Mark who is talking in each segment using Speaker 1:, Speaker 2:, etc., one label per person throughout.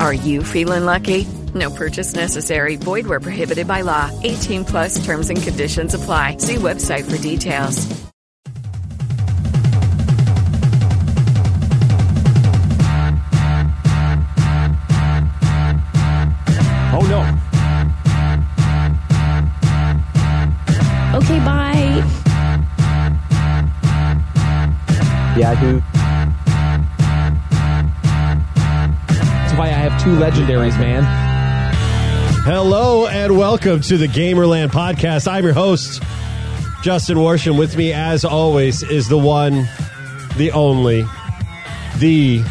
Speaker 1: Are you feeling lucky? No purchase necessary. Void where prohibited by law. 18 plus terms and conditions apply. See website for details.
Speaker 2: Oh no.
Speaker 3: Okay, bye.
Speaker 2: Yahoo. That's why I have two legendaries, man.
Speaker 4: Hello and welcome to the Gamerland Podcast. I'm your host, Justin Warsham. With me, as always, is the one, the only, the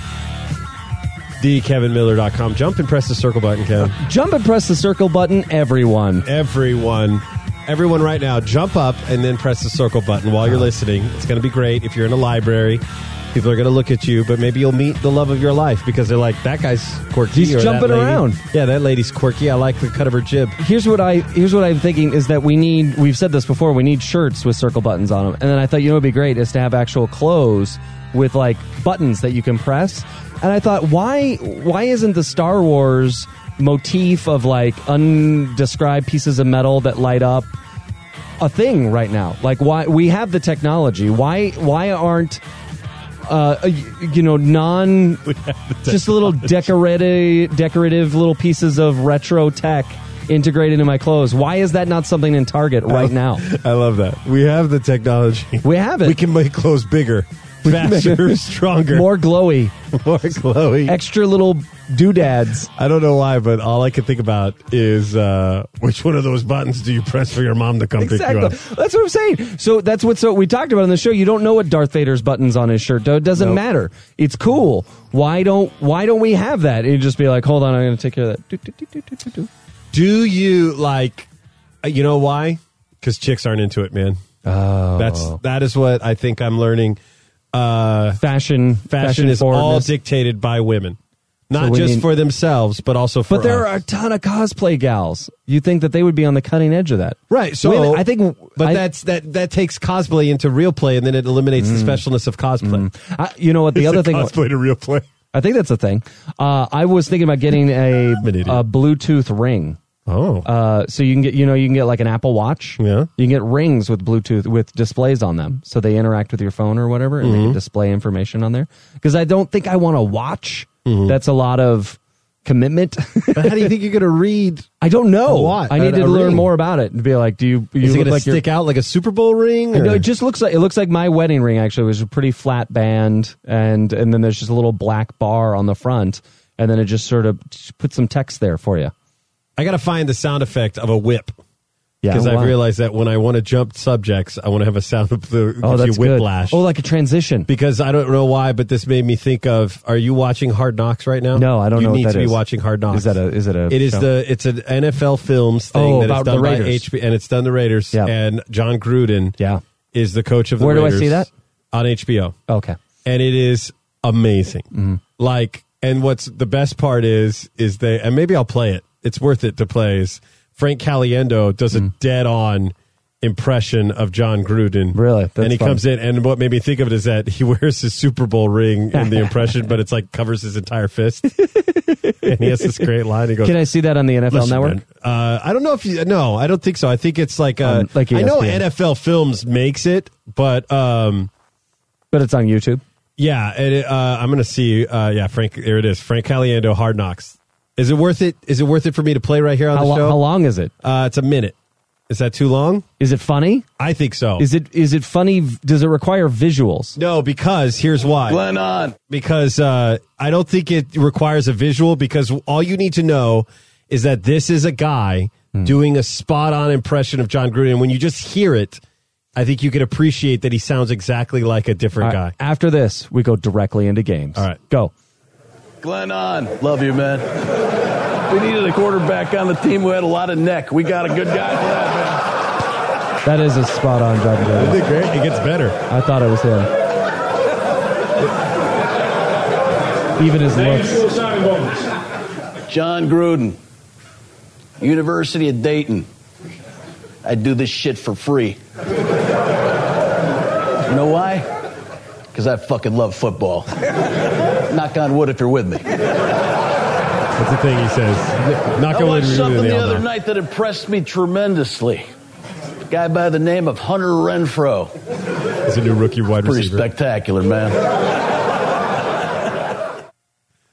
Speaker 4: the KevinMiller.com. Jump and press the circle button, Kevin.
Speaker 2: Jump and press the circle button, everyone.
Speaker 4: Everyone, everyone, right now, jump up and then press the circle button while you're
Speaker 2: Uh-huh.
Speaker 4: listening. It's going to be great. If you're in a library, people are going to look at you, but maybe you'll meet the love of your life because they're like, "That guy's quirky."
Speaker 2: He's
Speaker 4: or, "That
Speaker 2: jumping
Speaker 4: lady-
Speaker 2: around."
Speaker 4: Yeah, that lady's quirky. I like the cut of her jib.
Speaker 2: Here's what I here's what I'm thinking is that we need we've said this before we need shirts with circle buttons on them and then I thought you know what'd be great is to have actual clothes with like buttons that you can press and I thought why why isn't the Star Wars motif of like undescribed pieces of metal that light up a thing right now like why we have the technology why why aren't uh, y- you know non just little decorative, decorative little pieces of retro tech integrated into my clothes. Why is that not something in Target right now?
Speaker 4: I love that. We have the technology.
Speaker 2: We have it.
Speaker 4: We can make clothes bigger, faster, stronger,
Speaker 2: More glowy,
Speaker 4: more glowy.
Speaker 2: extra little doodads.
Speaker 4: I don't know why, but all I can think about is uh, which one of those buttons do you press for your mom to come
Speaker 2: Exactly.
Speaker 4: pick you up?
Speaker 2: That's what I'm saying. So that's what so we talked about on the show. You don't know what Darth Vader's buttons on his shirt. though. It doesn't
Speaker 4: Nope.
Speaker 2: matter. It's cool. Why don't Why don't we have that? It'd just be like, hold on, I'm going to take care of that. Do, do, do, do, do, do, do.
Speaker 4: Do you like? uh, You know why? Because chicks aren't into it, man. Oh, that's that is what I think I'm learning. Uh,
Speaker 2: Fashion,
Speaker 4: fashion is all
Speaker 2: forwardness.
Speaker 4: dictated by women,
Speaker 2: So
Speaker 4: not
Speaker 2: we
Speaker 4: just
Speaker 2: need-
Speaker 4: for themselves, but also for.
Speaker 2: But there
Speaker 4: us.
Speaker 2: are a ton of cosplay gals. You think that they would be on the cutting edge of that,
Speaker 4: Right. So
Speaker 2: Women- I think,
Speaker 4: but
Speaker 2: I-
Speaker 4: that's that that takes cosplay into real play, and then it eliminates
Speaker 2: Hmm.
Speaker 4: the specialness of cosplay.
Speaker 2: I, you know what? The other thing,
Speaker 4: cosplay to real play.
Speaker 2: I think that's a thing. Uh, I was thinking about getting a,
Speaker 4: an idiot.
Speaker 2: a Bluetooth ring.
Speaker 4: Oh,
Speaker 2: Uh, so you can get, you know, you can get like an Apple Watch.
Speaker 4: Yeah.
Speaker 2: You can get rings with Bluetooth with displays on them, so they interact with your phone or whatever, and
Speaker 4: Mm-hmm.
Speaker 2: they can display information on there. Because I don't think I want a watch.
Speaker 4: Mm-hmm.
Speaker 2: That's a lot of commitment.
Speaker 4: but how do you think you're going to read?
Speaker 2: I don't know.
Speaker 4: A watch-
Speaker 2: I need
Speaker 4: a-
Speaker 2: to
Speaker 4: a
Speaker 2: learn
Speaker 4: ring.
Speaker 2: more about it and be like, do you? you
Speaker 4: Is it
Speaker 2: look
Speaker 4: going
Speaker 2: like
Speaker 4: to
Speaker 2: you're-
Speaker 4: stick out like a Super Bowl ring?
Speaker 2: No,
Speaker 4: or-
Speaker 2: it just looks like it looks like my wedding ring actually. It was a pretty flat band and and then there's just a little black bar on the front and then it just sort of just put some text there for you.
Speaker 4: I got to find the sound effect of a whip
Speaker 2: Yeah.
Speaker 4: because
Speaker 2: wow.
Speaker 4: I've realized that when I want to jump subjects, I want to have a sound of the
Speaker 2: Oh,
Speaker 4: gives you
Speaker 2: that's good.
Speaker 4: whiplash.
Speaker 2: Oh, like a transition.
Speaker 4: because I don't know why, but this made me think of. Are you watching Hard Knocks right now?
Speaker 2: No, I don't
Speaker 4: you
Speaker 2: know what
Speaker 4: need
Speaker 2: that
Speaker 4: to be
Speaker 2: is.
Speaker 4: watching Hard Knocks.
Speaker 2: Is that a- is it a
Speaker 4: It is
Speaker 2: show?
Speaker 4: the. It's an NFL Films thing
Speaker 2: Oh,
Speaker 4: that is
Speaker 2: about the
Speaker 4: done by
Speaker 2: Raiders.
Speaker 4: HB, and it's done the Raiders.
Speaker 2: Yeah.
Speaker 4: And John Gruden.
Speaker 2: Yeah.
Speaker 4: Is the coach of the
Speaker 2: Where do I
Speaker 4: Raiders
Speaker 2: see that?
Speaker 4: on HBO?
Speaker 2: Okay.
Speaker 4: and it is amazing.
Speaker 2: Mm-hmm.
Speaker 4: Like, and what's the best part is, is they, and maybe I'll play it. It's worth it to play. Is Frank Caliendo does
Speaker 2: Mm-hmm.
Speaker 4: a dead on impression of John Gruden.
Speaker 2: Really? That's
Speaker 4: and he
Speaker 2: fun.
Speaker 4: comes in, and what made me think of it is that he wears his Super Bowl ring in the impression, but it's like covers his entire fist. and he has this great line. He goes,
Speaker 2: Can I see that on the NFL
Speaker 4: Listen,
Speaker 2: network?
Speaker 4: man, Uh, I don't know if you. No, I don't think so. I think it's like. Uh,
Speaker 2: Um, like
Speaker 4: I know
Speaker 2: ESPN.
Speaker 4: NFL Films makes it, but um,
Speaker 2: But it's on YouTube.
Speaker 4: yeah, and it, uh, I'm gonna see. Uh, yeah, Frank. There it is. Frank Caliendo, Hard Knocks. Is it worth it? Is it worth it for me to play right here on
Speaker 2: How,
Speaker 4: the
Speaker 2: lo-
Speaker 4: show?
Speaker 2: how long is it?
Speaker 4: Uh, it's a minute. Is that too long?
Speaker 2: Is it funny?
Speaker 4: I think so.
Speaker 2: Is it is it funny? Does it require visuals?
Speaker 4: No, because here's why.
Speaker 5: Glenn on.
Speaker 4: Because uh, I don't think it requires a visual. Because all you need to know is that this is a guy doing a spot on impression of John Gruden. When you just hear it, I think you can appreciate that he sounds exactly like a different
Speaker 2: All right,
Speaker 4: guy.
Speaker 2: After this, we go directly into games.
Speaker 4: All right.
Speaker 2: go.
Speaker 5: Glenn on. Love you, man. We needed a quarterback on the team who had a lot of neck. We got a good guy for that, man.
Speaker 2: That is a spot on John Gruden.
Speaker 4: Isn't it great? It gets better.
Speaker 2: I thought it was him. Even his looks.
Speaker 5: John Gruden, University of Dayton. I do this shit for free. You know why? Because I fucking love football. Knock on wood if you're with me.
Speaker 4: That's the thing he says. Not
Speaker 5: I
Speaker 4: going
Speaker 5: watched
Speaker 4: to
Speaker 5: something the other night that impressed me tremendously. A guy by the name of Hunter Renfro.
Speaker 4: He's a new rookie wide
Speaker 5: Pretty
Speaker 4: receiver.
Speaker 5: spectacular, man.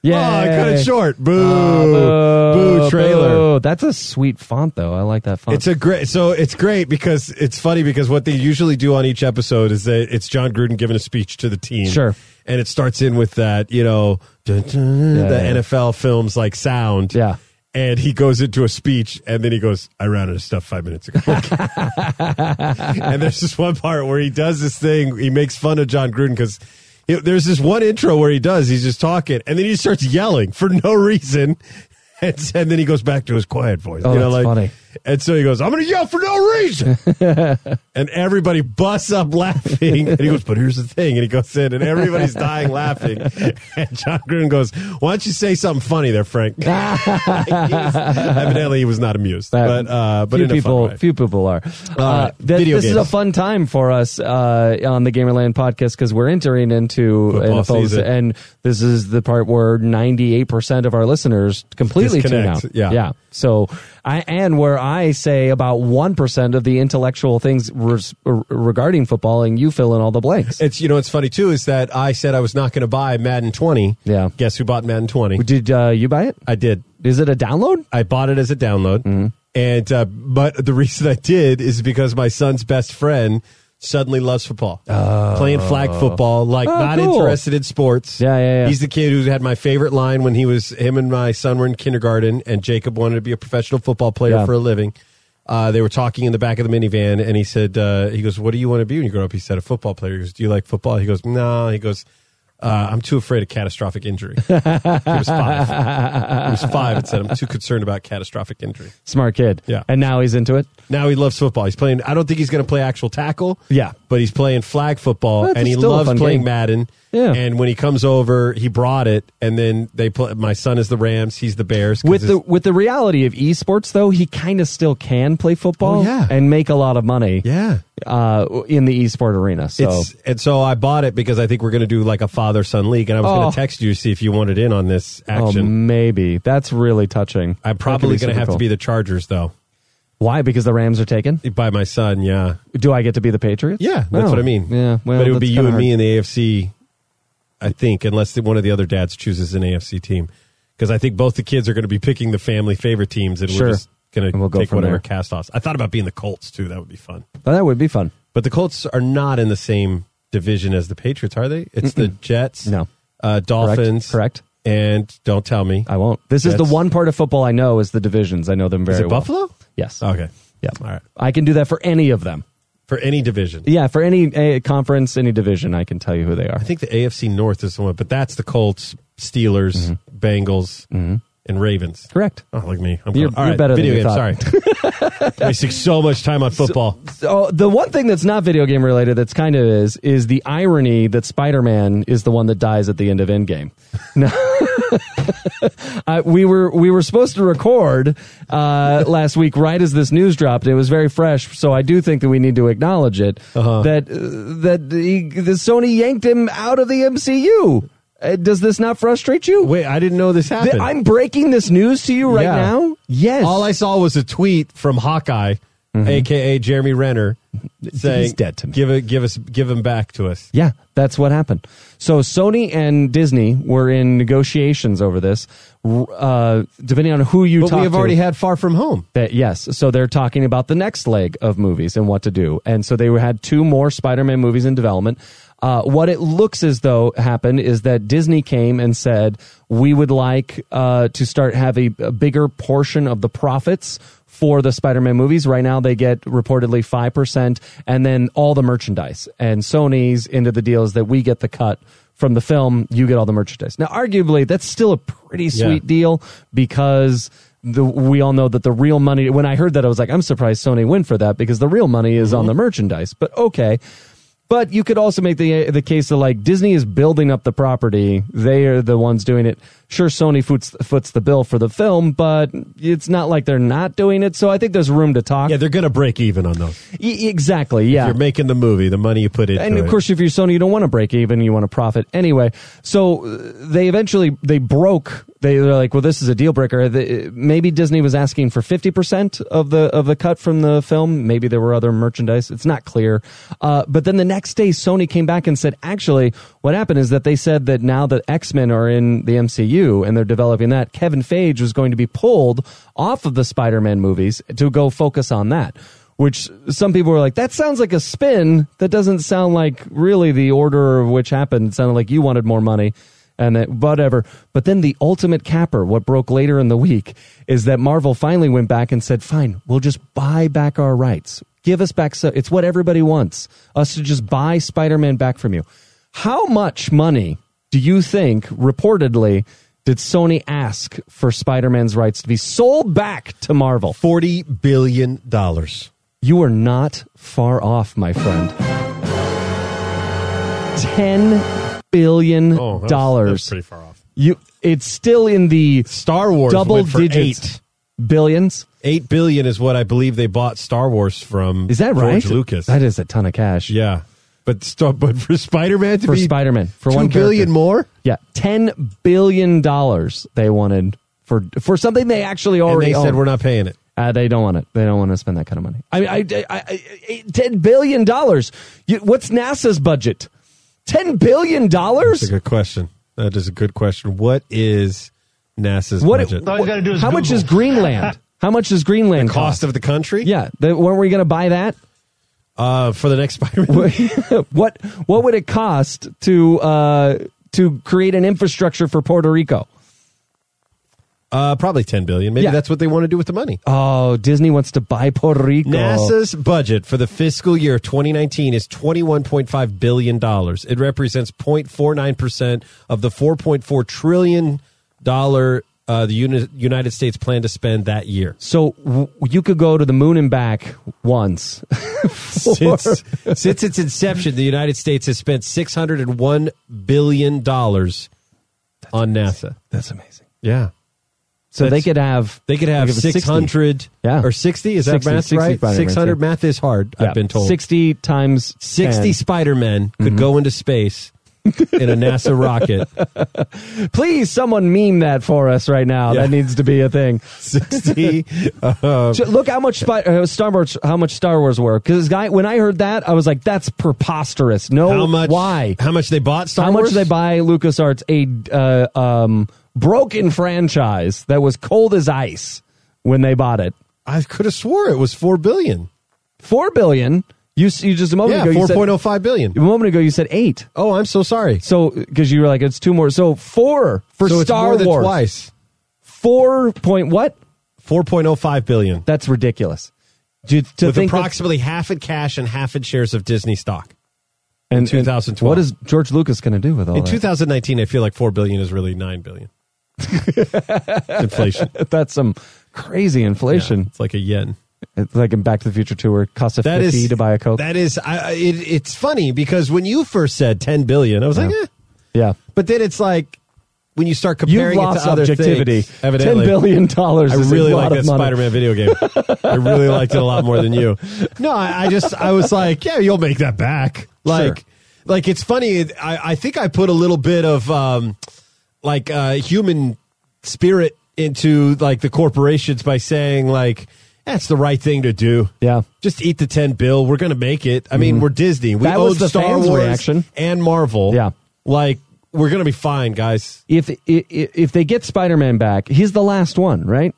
Speaker 2: Yeah,
Speaker 4: Oh, I cut it short. Boo. boo trailer.
Speaker 2: Uh, Boo. That's a sweet font, though. I like that font.
Speaker 4: It's a great. So it's great because it's funny because what they usually do on each episode is that it's John Gruden giving a speech to the team.
Speaker 2: Sure.
Speaker 4: And it starts in with that, you know, dun, dun,
Speaker 2: Yeah,
Speaker 4: the
Speaker 2: yeah.
Speaker 4: NFL films like sound.
Speaker 2: Yeah.
Speaker 4: And he goes into a speech and then he goes, I ran out of stuff five minutes ago. and there's this one part where he does this thing. He makes fun of John Gruden because there's this one intro where he does. He's just talking, and then he starts yelling for no reason, and, and then he goes back to his quiet voice.
Speaker 2: Oh, that's funny.
Speaker 4: And so he goes, "I'm going to yell for no reason," and everybody busts up laughing. And he goes, "But here's the thing," and he goes in, and everybody's dying laughing. And John Gruden goes, "Why don't you say something funny there, Frank?" He was- evidently, he was not amused,
Speaker 2: That-
Speaker 4: but uh, but
Speaker 2: few
Speaker 4: in a fun
Speaker 2: people,
Speaker 4: way.
Speaker 2: few people are. Uh,
Speaker 4: right,
Speaker 2: th-
Speaker 4: video
Speaker 2: this is
Speaker 4: games.
Speaker 2: a fun time for us uh, on the Gamerland podcast because we're entering into
Speaker 4: Football
Speaker 2: NFL
Speaker 4: season.
Speaker 2: and this is the part where ninety-eight percent of our listeners completely
Speaker 4: Disconnect,
Speaker 2: tune out.
Speaker 4: yeah.
Speaker 2: yeah. So, I and where I say about one percent of the intellectual things res- r- regarding football, and you fill in all the blanks.
Speaker 4: It's you know what's funny too is that I said I was not going to buy Madden 20.
Speaker 2: Yeah.
Speaker 4: Guess who bought Madden 20?
Speaker 2: Did uh, you buy it?
Speaker 4: I did.
Speaker 2: Is it a download?
Speaker 4: I bought it as a download,
Speaker 2: Mm-hmm.
Speaker 4: and uh, but the reason I did is because my son's best friend suddenly loves football, playing flag football. Like
Speaker 2: Oh,
Speaker 4: not
Speaker 2: cool.
Speaker 4: interested in sports.
Speaker 2: Yeah, yeah, yeah.
Speaker 4: He's the kid who had my favorite line when he was him and my son were in kindergarten, and Jacob wanted to be a professional football player
Speaker 2: Yeah.
Speaker 4: for a living. Uh, they were talking in the back of the minivan, and he said, uh, "He goes, what do you want to be when you grow up?" He said, "A football player." He goes, "Do you like football?" He goes, "No." He goes. Uh, I'm too afraid of catastrophic injury. He was five. He was five and said, I'm too concerned about catastrophic injury.
Speaker 2: Smart kid.
Speaker 4: Yeah.
Speaker 2: And now he's into it.
Speaker 4: Now he loves football. He's playing, I don't think he's going to play actual tackle.
Speaker 2: Yeah.
Speaker 4: But he's playing flag football
Speaker 2: That's
Speaker 4: and he
Speaker 2: still a
Speaker 4: loves
Speaker 2: fun
Speaker 4: playing
Speaker 2: game.
Speaker 4: Madden.
Speaker 2: Yeah.
Speaker 4: And when he comes over, he brought it and then they play, my son is the Rams, he's the Bears. 'cause
Speaker 2: with the
Speaker 4: it's-
Speaker 2: with the reality of esports though he kind of still can play football
Speaker 4: Oh, yeah.
Speaker 2: and make a lot of money
Speaker 4: yeah.
Speaker 2: uh, in the esport arena so
Speaker 4: It's, and so I bought it because I think we're going to do like a father son league. And I was
Speaker 2: Oh.
Speaker 4: going to text you to see if you wanted in on this
Speaker 2: oh,
Speaker 4: action.
Speaker 2: maybe that's really touching
Speaker 4: I'm probably going to have to be the Chargers though.
Speaker 2: why because the rams are taken
Speaker 4: By my son, yeah.
Speaker 2: do i get to be the patriots
Speaker 4: Yeah, that's
Speaker 2: No.
Speaker 4: what I mean.
Speaker 2: yeah well,
Speaker 4: but it would
Speaker 2: that's
Speaker 4: be you
Speaker 2: kinda
Speaker 4: and me
Speaker 2: hard.
Speaker 4: in the AFC, I think, unless the- one of the other dads chooses an AFC team, because I think both the kids are going to be picking the family favorite teams, and
Speaker 2: Sure.
Speaker 4: we're just going to
Speaker 2: And we'll go
Speaker 4: take
Speaker 2: from
Speaker 4: whatever
Speaker 2: there.
Speaker 4: cast offs. I thought about being the Colts too; that would be fun.
Speaker 2: Oh, that would be fun
Speaker 4: But the Colts are not in the same division as the Patriots, are they? It's the Jets,
Speaker 2: No.
Speaker 4: uh, Dolphins,
Speaker 2: correct.
Speaker 4: and don't tell me,
Speaker 2: i won't this is
Speaker 4: That's-
Speaker 2: the one part of football i know is the divisions i know them very
Speaker 4: is it
Speaker 2: well
Speaker 4: Buffalo?
Speaker 2: yes
Speaker 4: Okay,
Speaker 2: yeah
Speaker 4: all right.
Speaker 2: i can do that for any of them
Speaker 4: For any division,
Speaker 2: yeah for any uh, conference any division i can tell you who they are
Speaker 4: I think the AFC North is the one, but that's the Colts, Steelers,
Speaker 2: Mm-hmm.
Speaker 4: Bengals, and Ravens.
Speaker 2: correct
Speaker 4: Oh, look at me. I'm
Speaker 2: You're-
Speaker 4: going- all
Speaker 2: you're better than
Speaker 4: video
Speaker 2: you
Speaker 4: game. Sorry, wasting so much time on football.
Speaker 2: Oh, the one thing that's not video game related that's kind of is is the irony that Spider-Man is the one that dies at the end of Endgame. No. Uh, we were we were supposed to record uh, last week right as this news dropped. It was very fresh, so I do think that we need to acknowledge it that uh, that he, the Sony yanked him out of the MCU. Uh, does this not frustrate you?
Speaker 4: Wait, I didn't know this
Speaker 2: Th-
Speaker 4: happened.
Speaker 2: I'm breaking this news to you right
Speaker 4: Yeah.
Speaker 2: now. Yes, Mm-hmm.
Speaker 4: All I saw was a tweet from Hawkeye aka Jeremy Renner, saying,
Speaker 2: dead to me.
Speaker 4: "Give it, give us, give him back to us."
Speaker 2: Yeah, that's what happened. So Sony and Disney were in negotiations over this. R- Uh, depending on who you
Speaker 4: But
Speaker 2: talk
Speaker 4: we have
Speaker 2: to,
Speaker 4: already had Far From Home.
Speaker 2: that yes. So they're talking about the next leg of movies and what to do. And so they had two more Spider-Man movies in development. Uh, what it looks as though happened is that Disney came and said we would like uh, to start have a, a bigger portion of the profits for the Spider-Man movies. Right now, they get reportedly five percent, and then all the merchandise. And Sony's into the deals that we get the cut from the film, you get all the merchandise. Now, arguably, that's still a pretty
Speaker 4: Yeah.
Speaker 2: sweet deal deal because the we all know that the real money when I heard that I was like I'm surprised Sony went for that because the real money is on
Speaker 4: Mm-hmm.
Speaker 2: the merchandise but okay but you could also make the the case that like Disney is building up the property they are the ones doing it sure Sony foots foots the bill for the film but it's not like they're not doing it so I think there's room to talk
Speaker 4: Yeah, they're gonna break even on those.
Speaker 2: E- exactly yeah
Speaker 4: You're making the movie, the money you put into
Speaker 2: and of
Speaker 4: it.
Speaker 2: course if you're sony you don't want to break even you want to profit anyway so uh, they eventually they broke they, they're like well this is a deal breaker The- maybe disney was asking for 50% of the of the cut from the film maybe there were other merchandise it's not clear uh, but then the next day sony came back and said actually what happened is that they said that now that x-men are in the mcu and they're developing that kevin feige was going to be pulled off of the spider-man movies to go focus on that which some people were like, that sounds like a spin. That doesn't sound like really the order of which happened. It sounded like you wanted more money and that whatever. But then the ultimate capper, what broke later in the week, is that Marvel finally went back and said, fine, we'll just buy back our rights. Give us back. So it's what everybody wants us to just buy Spider Man back from you. How much money do you think reportedly did Sony ask for Spider Man's rights to be sold back to Marvel?
Speaker 4: forty billion dollars.
Speaker 2: You are not far off, my friend. Ten billion dollars.
Speaker 4: Oh, pretty far off.
Speaker 2: You, it's still in the
Speaker 4: Star Wars
Speaker 2: double
Speaker 4: went for
Speaker 2: digits,
Speaker 4: Eight.
Speaker 2: billions.
Speaker 4: eight billion is what I believe they bought Star Wars from.
Speaker 2: Is that right?
Speaker 4: George Lucas.
Speaker 2: That is a ton of cash.
Speaker 4: yeah, but st- but for Spider Man to
Speaker 2: For
Speaker 4: be
Speaker 2: Spider-Man, for
Speaker 4: two
Speaker 2: one
Speaker 4: billion
Speaker 2: character.
Speaker 4: more.
Speaker 2: yeah, ten billion dollars they wanted for for something they actually
Speaker 4: And
Speaker 2: already
Speaker 4: they said
Speaker 2: owned.
Speaker 4: we're not paying it.
Speaker 2: Uh, they don't want it. They don't want to spend that kind of money. I mean, I, I, I, I ten billion dollars. You- What's NASA's budget? Ten billion dollars.
Speaker 4: That's a good question. That is a good question. What is NASA's
Speaker 2: What?
Speaker 4: budget?
Speaker 2: what- how much is Greenland? How much does Greenland
Speaker 4: cost of the country?
Speaker 2: Yeah, the, weren't we going to buy that?
Speaker 4: Uh, for the next Spider Man.
Speaker 2: what What would it cost to uh, to create an infrastructure for Puerto Rico?
Speaker 4: Uh, probably ten billion. Maybe
Speaker 2: Yeah.
Speaker 4: that's what they want to do with the money.
Speaker 2: Oh, Disney wants to buy Puerto Rico.
Speaker 4: NASA's budget for the fiscal year 2019 is 21.5 billion dollars. It represents 0.49% of the 4.4 trillion dollar uh, the Uni- United States plan to spend that year.
Speaker 2: So w- you could go to the moon and back once.
Speaker 4: Since, since its inception, the United States has spent 601 billion dollars on NASA.
Speaker 2: That's amazing.
Speaker 4: Yeah.
Speaker 2: So
Speaker 4: That's-
Speaker 2: they could have
Speaker 4: They could have
Speaker 2: they 60.
Speaker 4: 600
Speaker 2: Yeah.
Speaker 4: or 60 is that
Speaker 2: 60,
Speaker 4: math
Speaker 2: 60
Speaker 4: right?
Speaker 2: Spider-Mans,
Speaker 4: 600
Speaker 2: yeah.
Speaker 4: math is hard,
Speaker 2: Yeah,
Speaker 4: I've been told.
Speaker 2: sixty times
Speaker 4: 60 Spider-Men
Speaker 2: Mm-hmm.
Speaker 4: could go into space in a NASA rocket.
Speaker 2: Please, someone meme that for us right now.
Speaker 4: Yeah.
Speaker 2: That needs to be a thing.
Speaker 4: 60. uh,
Speaker 2: Ju- Look how much Spy- uh, Star Wars, how much Star Wars were. Because guy, when I heard that, I was like, "That's preposterous." No,
Speaker 4: how much?
Speaker 2: Oh, Why?
Speaker 4: How much they bought Star
Speaker 2: How much
Speaker 4: Wars?
Speaker 2: did they buy LucasArts a uh, um, broken franchise that was cold as ice when they bought it?
Speaker 4: I could have swore it was 4 billion.
Speaker 2: Four billion. You s- Oh, you just a moment
Speaker 4: Yeah,
Speaker 2: ago. you said-
Speaker 4: 4.05 billion.
Speaker 2: A moment ago, you said eight.
Speaker 4: Oh, I'm so sorry.
Speaker 2: So because you were like, it's two more. So four for
Speaker 4: so
Speaker 2: Star
Speaker 4: it's more than
Speaker 2: Wars.
Speaker 4: twice.
Speaker 2: Four point what?
Speaker 4: 4.05 billion.
Speaker 2: That's ridiculous. Do, to
Speaker 4: With
Speaker 2: think that-
Speaker 4: approximately half in cash and half in shares of Disney stock.
Speaker 2: and,
Speaker 4: 2012.
Speaker 2: What is George Lucas going to do with all
Speaker 4: In
Speaker 2: that?
Speaker 4: 2019, I feel like 4 billion is really 9 billion. Inflation.
Speaker 2: That's some crazy inflation.
Speaker 4: Yeah, it's like a yen.
Speaker 2: It's like in Back to the Future 2 where it costs a
Speaker 4: That is
Speaker 2: 50 to buy a Coke.
Speaker 4: That is, I, I- it, it's funny because when you first said 10 billion, I was like, eh.
Speaker 2: yeah.
Speaker 4: But then it's like when you start
Speaker 2: You've
Speaker 4: comparing it
Speaker 2: lost
Speaker 4: to other
Speaker 2: objectivity.
Speaker 4: things, evidently.
Speaker 2: $10 billion dollars
Speaker 4: I
Speaker 2: is
Speaker 4: really
Speaker 2: a
Speaker 4: like
Speaker 2: lot
Speaker 4: that
Speaker 2: of money.
Speaker 4: Spider-Man video game. I really liked it a lot more than you. No, I, I just I was like, yeah, you'll make that back. Like,
Speaker 2: Sure.
Speaker 4: like it's funny. I, I think I put a little bit of um, like uh, human spirit into like the corporations by saying like. That's the right thing to do.
Speaker 2: Yeah.
Speaker 4: Just eat the 10 bill. We're going to make it. I mean, we're Disney. We
Speaker 2: That
Speaker 4: own
Speaker 2: was the
Speaker 4: Star
Speaker 2: fans'
Speaker 4: Wars
Speaker 2: reaction.
Speaker 4: and Marvel.
Speaker 2: Yeah.
Speaker 4: Like, we're going to be fine, guys.
Speaker 2: if if, if they get Spider Man back, he's the last one, right?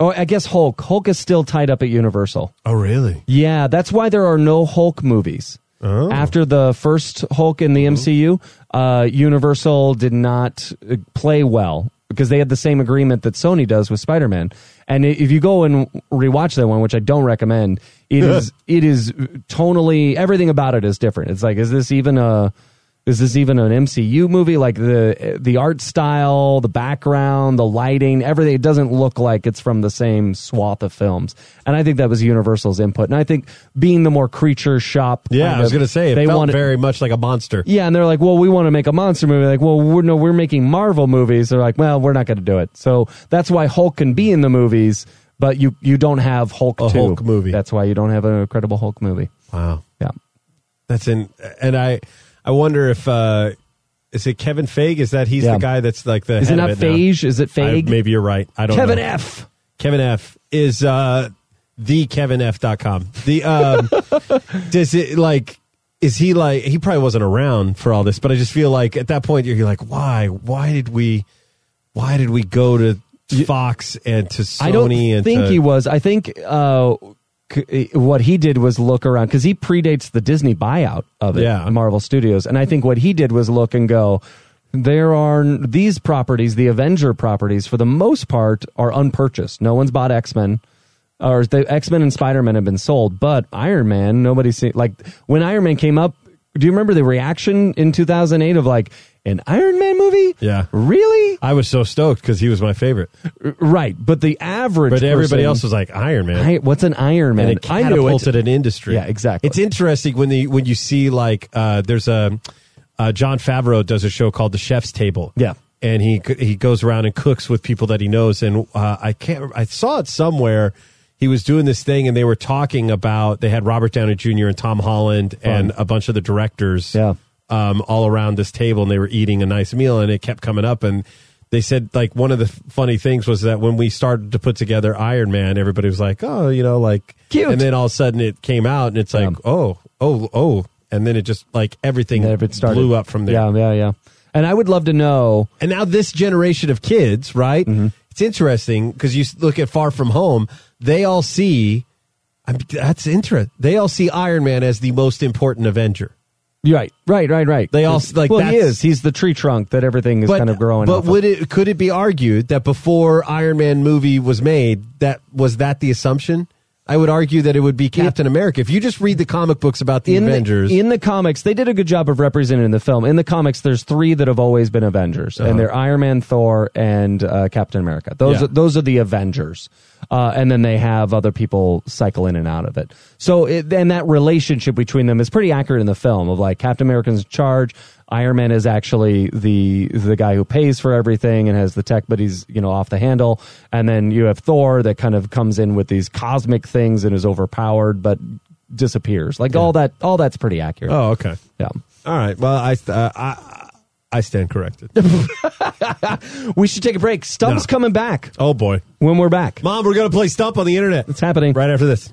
Speaker 2: Oh, I guess Hulk. Hulk is still tied up at Universal.
Speaker 4: Oh, really?
Speaker 2: Yeah, that's why there are no Hulk movies. After the first Hulk in the MCU, uh, Universal did not uh, play well because they had the same agreement that Sony does with Spider Man. And i- if you go and rewatch that one, which I don't recommend, it is it is tonally everything about it is different. It's like, is this even a is this even an MCU movie? Like the the art style, the background, the lighting, everything. It doesn't look like it's from the same swath of films. And I think that was Universal's input. And I think being the more creature shop.
Speaker 4: Yeah,
Speaker 2: kind
Speaker 4: I was
Speaker 2: of-
Speaker 4: going to say, it felt
Speaker 2: wanted-
Speaker 4: very much like a monster.
Speaker 2: Yeah, and they're like, well, we want to make a monster movie. Like, well, we're, no, we're making Marvel movies. They're like, well, we're not going to do it. So that's why Hulk can be in the movies, but you you don't have Hulk
Speaker 4: A
Speaker 2: 2.
Speaker 4: Hulk movie.
Speaker 2: That's why you don't have an Incredible Hulk movie.
Speaker 4: Wow.
Speaker 2: Yeah.
Speaker 4: That's in, and I, I wonder if, uh, is it Kevin Feige? Is that he's
Speaker 2: Yeah.
Speaker 4: the guy that's like the
Speaker 2: Is it
Speaker 4: head
Speaker 2: not
Speaker 4: of it now?
Speaker 2: Phage? Is it
Speaker 4: I-
Speaker 2: Fag?
Speaker 4: maybe you're right. I don't
Speaker 2: Kevin
Speaker 4: know.
Speaker 2: F.
Speaker 4: Kevin F is uh the kevinf.com. The um does it like is he like he probably wasn't around for all this, but I just feel like at that point you're like why why did we why did we go to Fox and to Sony
Speaker 2: I don't
Speaker 4: and
Speaker 2: think
Speaker 4: to,
Speaker 2: he was. I think uh, c- what he did was look around because he predates the Disney buyout of it,
Speaker 4: Yeah.
Speaker 2: Marvel Studios, and I think what he did was look and go. There are n- these properties, the Avenger properties, for the most part, are unpurchased. No one's bought X Men, or the X Men and Spider Man have been sold, but Iron Man, nobody's seen. Like when Iron Man came up, do you remember the reaction in 2008 of like an Iron Man movie?
Speaker 4: Yeah.
Speaker 2: really?
Speaker 4: I was so stoked cuz he was my favorite.
Speaker 2: R- Right, but the average,
Speaker 4: But everybody
Speaker 2: person-
Speaker 4: else was like Iron Man.
Speaker 2: I, what's an Iron Man?
Speaker 4: and it
Speaker 2: I knew it.
Speaker 4: catapulted an industry.
Speaker 2: Yeah, exactly.
Speaker 4: It's interesting when the when you see like uh, there's a uh, John Favreau does a show called The Chef's Table.
Speaker 2: Yeah.
Speaker 4: and he c- he goes around and cooks with people that he knows. And uh, I can't I saw it somewhere. He was doing this thing, and they were talking about they had Robert Downey Jr. and Tom Holland and a bunch of the directors
Speaker 2: Yeah.
Speaker 4: um, all around this table and they were eating a nice meal and it kept coming up and they said like one of the f- funny things was that when we started to put together Iron Man, everybody was like, oh, you know, like
Speaker 2: Cute.
Speaker 4: And then all of a sudden it came out and it's like,
Speaker 2: Yeah.
Speaker 4: oh, oh, oh, and then it just like everything
Speaker 2: Never started.
Speaker 4: blew up from there.
Speaker 2: Yeah, yeah, yeah. And I would love to know.
Speaker 4: And now this generation of kids, right?
Speaker 2: Mm-hmm.
Speaker 4: It's interesting because you s- look at Far From Home, they all see. I mean, that's interesting. They all see Iron Man as the most important Avenger.
Speaker 2: Right, right, right, right.
Speaker 4: They all- like,
Speaker 2: well, he
Speaker 4: that's-
Speaker 2: is. He's the tree trunk that everything is kind of growing.
Speaker 4: But
Speaker 2: off of.
Speaker 4: would it could it be argued that before Iron Man movie was made, that was that the assumption? I would argue that it would be Captain America. If you just read the comic books about the
Speaker 2: in
Speaker 4: Avengers,
Speaker 2: The, in the comics, they did a good job of representing in the film. In the comics, there's three that have always been Avengers, and they're Iron Man, Thor, and uh, Captain America. Those
Speaker 4: Yeah.
Speaker 2: are, those are the Avengers, uh, and then they have other people cycle in and out of it. So, it, and that relationship between them is pretty accurate in the film. Of like Captain America's in charge. Iron Man is actually the the guy who pays for everything and has the tech, but he's you know off the handle. And then you have Thor that kind of comes in with these cosmic things and is overpowered, but disappears. Like all that, all that's pretty accurate.
Speaker 4: oh, okay,
Speaker 2: Yeah,
Speaker 4: all right. Well, I uh, I I stand corrected.
Speaker 2: we should take a break. Stump's
Speaker 4: No.
Speaker 2: coming back
Speaker 4: oh boy,
Speaker 2: when we're back.
Speaker 4: Mom, we're gonna play Stump on the internet.
Speaker 2: It's happening.
Speaker 4: right after this.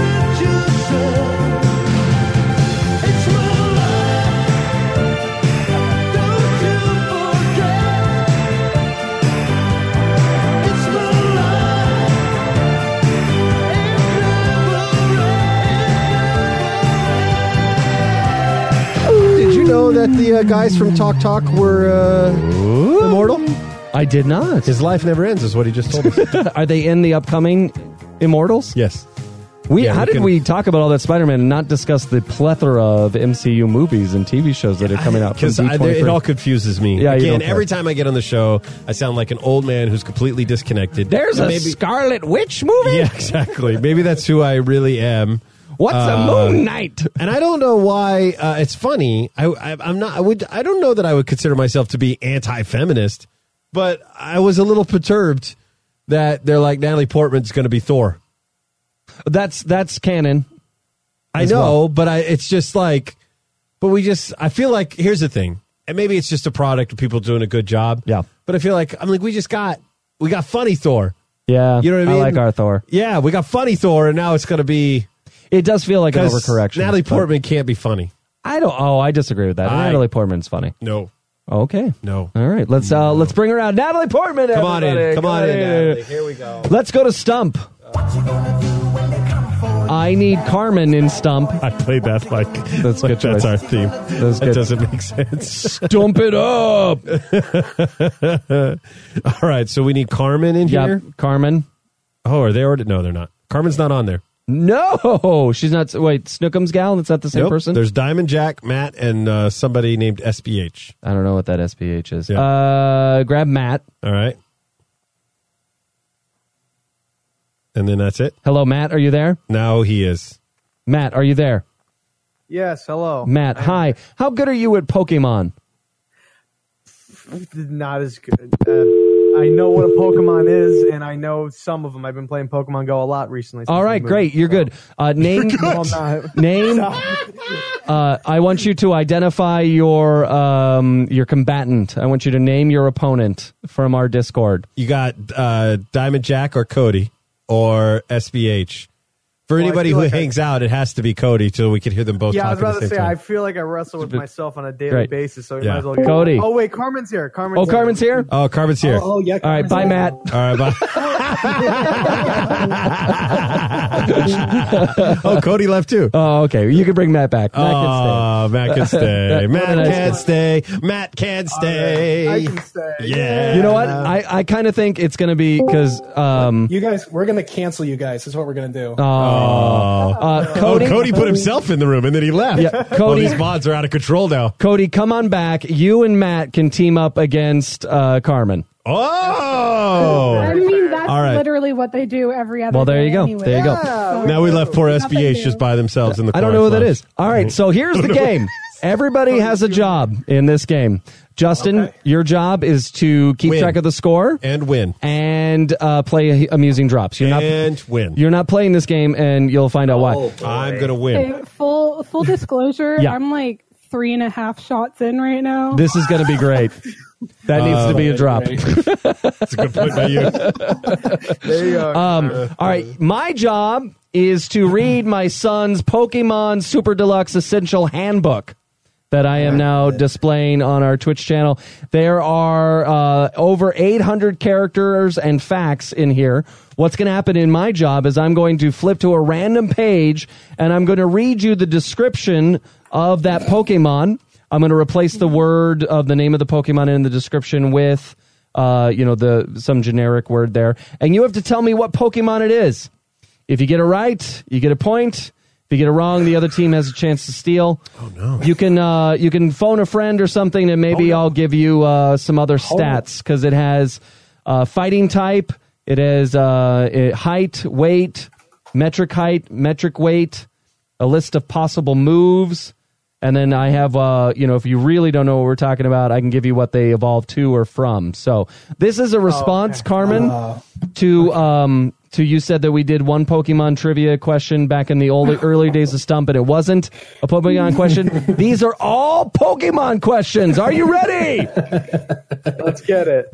Speaker 6: Could it
Speaker 4: that the uh, guys from Talk Talk were uh, immortal?
Speaker 2: I did not.
Speaker 4: His life never ends, is what he just told us.
Speaker 2: Are they in the upcoming Immortals?
Speaker 4: yes.
Speaker 2: We
Speaker 4: Yeah,
Speaker 2: how
Speaker 4: we
Speaker 2: did
Speaker 4: can-
Speaker 2: we talk about all that Spider-Man and not discuss the plethora of MCU movies and TV shows that are coming out? from
Speaker 4: Because I- there- it
Speaker 2: D23?
Speaker 4: all confuses me.
Speaker 2: Yeah, you don't
Speaker 4: Again,
Speaker 2: care.
Speaker 4: every time I get on the show, I sound like an old man who's completely disconnected.
Speaker 2: There's
Speaker 4: And
Speaker 2: a Scarlet Witch movie.
Speaker 4: Yeah, exactly. Maybe that's who I really am.
Speaker 2: What's
Speaker 4: Uh,
Speaker 2: a Moon Knight?
Speaker 4: And I don't know why. Uh, it's funny. I, I, I'm not. I would. I don't know that I would consider myself to be anti-feminist, but I was a little perturbed that they're like Natalie Portman's going to be Thor.
Speaker 2: That's that's canon.
Speaker 4: I
Speaker 2: as
Speaker 4: know,
Speaker 2: well.
Speaker 4: but I, it's just like, but we just, I feel like, here's the thing, and maybe it's just a product of people doing a good job.
Speaker 2: Yeah.
Speaker 4: But I feel like, I'm like, we just got, we got funny Thor.
Speaker 2: Yeah,
Speaker 4: You know what I mean?
Speaker 2: I like Arthur.
Speaker 4: Yeah, we got funny Thor, and now it's going to be,
Speaker 2: It does feel like an
Speaker 4: because
Speaker 2: overcorrection.
Speaker 4: Natalie
Speaker 2: but
Speaker 4: Portman can't be funny.
Speaker 2: I don't. Oh, I disagree with that.
Speaker 4: I-
Speaker 2: Natalie Portman's funny.
Speaker 4: No.
Speaker 2: Okay.
Speaker 4: No.
Speaker 2: All right. Let's uh let's bring her out. Natalie Portman.
Speaker 4: Come on in.
Speaker 2: everybody.
Speaker 4: Come on in, Natalie. Here we go.
Speaker 2: Let's go to Stump. I need Carmen in Stump.
Speaker 4: I played that like
Speaker 2: That's good
Speaker 4: like
Speaker 2: choice.
Speaker 4: that's our theme.
Speaker 2: was
Speaker 4: that
Speaker 2: good.
Speaker 4: doesn't make sense.
Speaker 2: Stump it up.
Speaker 4: All right, so we need Carmen in
Speaker 2: Yeah,
Speaker 4: here.
Speaker 2: Carmen.
Speaker 4: Oh, are they already? No, they're not. Carmen's not on there.
Speaker 2: No, she's not. Wait, Snookums gal. That's not the same
Speaker 4: Nope.
Speaker 2: person.
Speaker 4: There's Diamond Jack, Matt, and uh, somebody named SBH.
Speaker 2: I don't know what that SPH is.
Speaker 4: Yeah.
Speaker 2: Uh, grab Matt.
Speaker 4: All right. And then that's it.
Speaker 2: Hello, Matt. Are you there?
Speaker 4: Now he is.
Speaker 2: Matt, are you there?
Speaker 7: Yes, hello.
Speaker 2: Matt, hi. How good are you at Pokemon?
Speaker 7: Not as good. Uh, I know what a Pokemon is, and I know some of them. I've been playing Pokemon Go a lot recently. since
Speaker 2: All
Speaker 7: the
Speaker 2: right,
Speaker 7: movie.
Speaker 2: great. You're good. Uh, name,
Speaker 7: No, I'm not.
Speaker 2: name. Uh, I want you to identify your um, your combatant. I want you to name your opponent from our Discord.
Speaker 4: You got uh, Diamond Jack or Cody or SBH. For
Speaker 7: Well, I
Speaker 4: anybody
Speaker 7: feel
Speaker 4: who
Speaker 7: like I-
Speaker 4: hangs out, it has to be Cody, so we could hear them both
Speaker 7: Yeah, I was
Speaker 4: talk at the
Speaker 7: about
Speaker 4: same
Speaker 7: to say, I
Speaker 4: time.
Speaker 7: feel like I wrestle with myself on a daily
Speaker 2: Great.
Speaker 7: basis, so we
Speaker 4: Yeah.
Speaker 7: might as well get
Speaker 2: Cody.
Speaker 7: Oh, wait, Carmen's here. Carmen's
Speaker 2: Oh,
Speaker 7: here.
Speaker 2: Carmen's here.
Speaker 4: oh, Carmen's here.
Speaker 7: Oh, yeah.
Speaker 2: All right, bye, Matt.
Speaker 4: All right, bye. oh, Cody left too.
Speaker 2: Oh, okay. You can bring Matt back. Matt can
Speaker 4: Oh, Matt can stay. Matt
Speaker 2: Nice
Speaker 4: can
Speaker 2: one.
Speaker 4: stay. Matt can stay.
Speaker 7: I can stay.
Speaker 4: Oh, Yeah.
Speaker 2: stay. You know what? I, I kind of think it's going to be because. Um,
Speaker 8: You guys, we're gonna cancel you guys. Is what we're gonna do.
Speaker 2: uh, Cody,
Speaker 4: Oh, Cody put himself in the room and then he left.
Speaker 2: Yeah, Cody-
Speaker 4: Oh, these mods are out of control now.
Speaker 2: Cody, come on back. You and Matt can team up against uh, Carmen.
Speaker 4: Oh.
Speaker 3: I mean, that's
Speaker 4: All right.
Speaker 3: literally what they do every other.
Speaker 2: Well, there
Speaker 3: day
Speaker 2: you go.
Speaker 3: anyway.
Speaker 2: There you go.
Speaker 3: So-
Speaker 4: Now we left poor
Speaker 3: Nothing
Speaker 4: SBH
Speaker 3: new.
Speaker 4: just by themselves in the
Speaker 2: I don't
Speaker 4: car
Speaker 2: know what that
Speaker 4: flash.
Speaker 2: is. All right, so here's the game. Everybody has a job in this game. Justin, your job is to keep
Speaker 4: Win.
Speaker 2: track of the score
Speaker 4: And win.
Speaker 2: and uh, play amusing drops. You're
Speaker 4: And
Speaker 2: not
Speaker 4: win.
Speaker 2: You're not playing this game, and you'll find out why.
Speaker 4: I'm going to win.
Speaker 3: Okay, full full disclosure,
Speaker 2: Yeah.
Speaker 3: I'm like three and a half shots in right now.
Speaker 2: This is going to be great. That needs to be a drop.
Speaker 4: That's a good point by you.
Speaker 7: There you go.
Speaker 2: Um, All right, my job is to read my son's Pokemon Super Deluxe Essential Handbook that I am now displaying on our Twitch channel. There are uh, over 800 characters and facts in here. What's going to happen in my job is I'm going to flip to a random page and I'm going to read you the description of that Pokemon. I'm going to replace the word of the name of the Pokemon in the description with uh, you know, the some generic word there, and you have to tell me what Pokemon it is. If you get it right, you get a point. If you get it wrong, the other team has a chance to steal. Oh no! Oh, You can uh, you can phone a friend or something, and maybe I'll give you uh, some other stats because it has uh, fighting type, it has uh, it- height, weight, metric height, metric weight, a list of possible moves. And then I have, uh, you know, if you really don't know what we're talking about, I can give you what they evolve to or from. So this is a response, Carmen, to um, to you said that we did one Pokemon trivia question back in the old, early days of Stump, and it wasn't a Pokemon question. These are all Pokemon questions. Are you ready?
Speaker 7: Let's get it.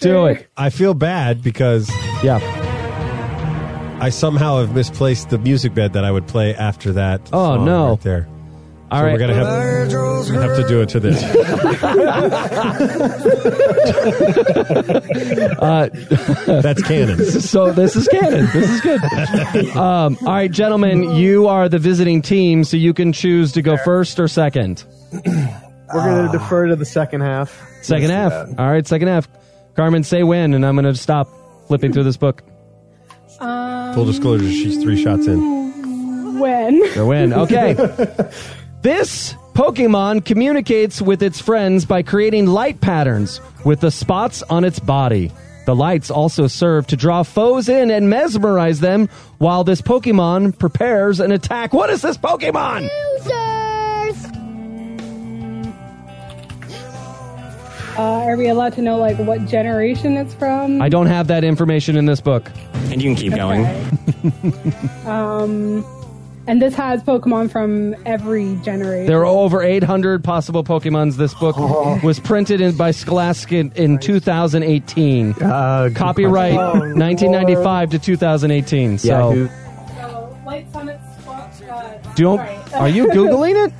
Speaker 2: Do it.
Speaker 4: I feel bad because
Speaker 2: Yeah.
Speaker 4: I somehow have misplaced the music bed that I would play after that.
Speaker 2: Oh,
Speaker 4: song
Speaker 2: no.
Speaker 4: Right there.
Speaker 2: All
Speaker 4: So
Speaker 2: right.
Speaker 4: We're gonna have, have to do it to this.
Speaker 8: Uh,
Speaker 4: That's canon.
Speaker 2: so this is canon. This is good. Um, all right, gentlemen, you are the visiting team, so you can choose to go first or second.
Speaker 7: We're gonna defer to the second half.
Speaker 2: Second half. All right, second half. Carmen, say when, and I'm going to stop flipping through this book.
Speaker 4: Full disclosure, she's three shots in.
Speaker 3: When?
Speaker 2: The win. Okay. this Pokemon communicates with its friends by creating light patterns with the spots on its body. The lights also serve to draw foes in and mesmerize them while this Pokemon prepares an attack. What is this Pokemon?
Speaker 3: Uh, are we allowed to know like what generation it's from?
Speaker 2: I don't have that information in this book. And you can keep going.
Speaker 3: Um, and this has Pokemon from every generation.
Speaker 2: There are over 800 possible Pokemons. This book
Speaker 7: Oh.
Speaker 2: was printed in, by Scholastic in, in 2018.
Speaker 7: Ah,
Speaker 2: Copyright
Speaker 3: Oh,
Speaker 2: 1995 to 2018. So,
Speaker 7: Yahoo.
Speaker 3: Lights on its spots.
Speaker 2: don't. Are you googling it?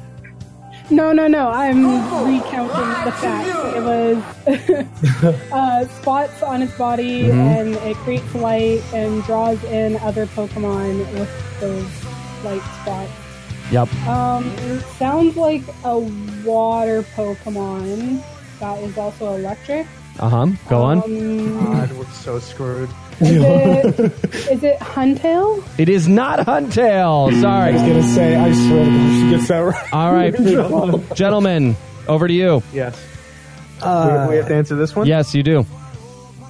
Speaker 3: No, no, no. I'm recounting the fact. It was uh, spots on its body,
Speaker 2: Mhm.
Speaker 3: and it creates light and draws in other Pokemon with those light spots.
Speaker 2: Yep.
Speaker 3: Um, it sounds like a water Pokemon that is also electric.
Speaker 2: Uh huh. Go on.
Speaker 3: Um,
Speaker 7: God, we're so screwed.
Speaker 3: is, it, is it Huntail?
Speaker 2: It is not Huntail. Sorry. I was
Speaker 8: gonna say. I swear to God, she gets that right.
Speaker 2: All right,
Speaker 8: Go
Speaker 2: gentlemen, over to you.
Speaker 7: Yes.
Speaker 3: Uh,
Speaker 7: we, we have to answer this one.
Speaker 2: Yes, you do.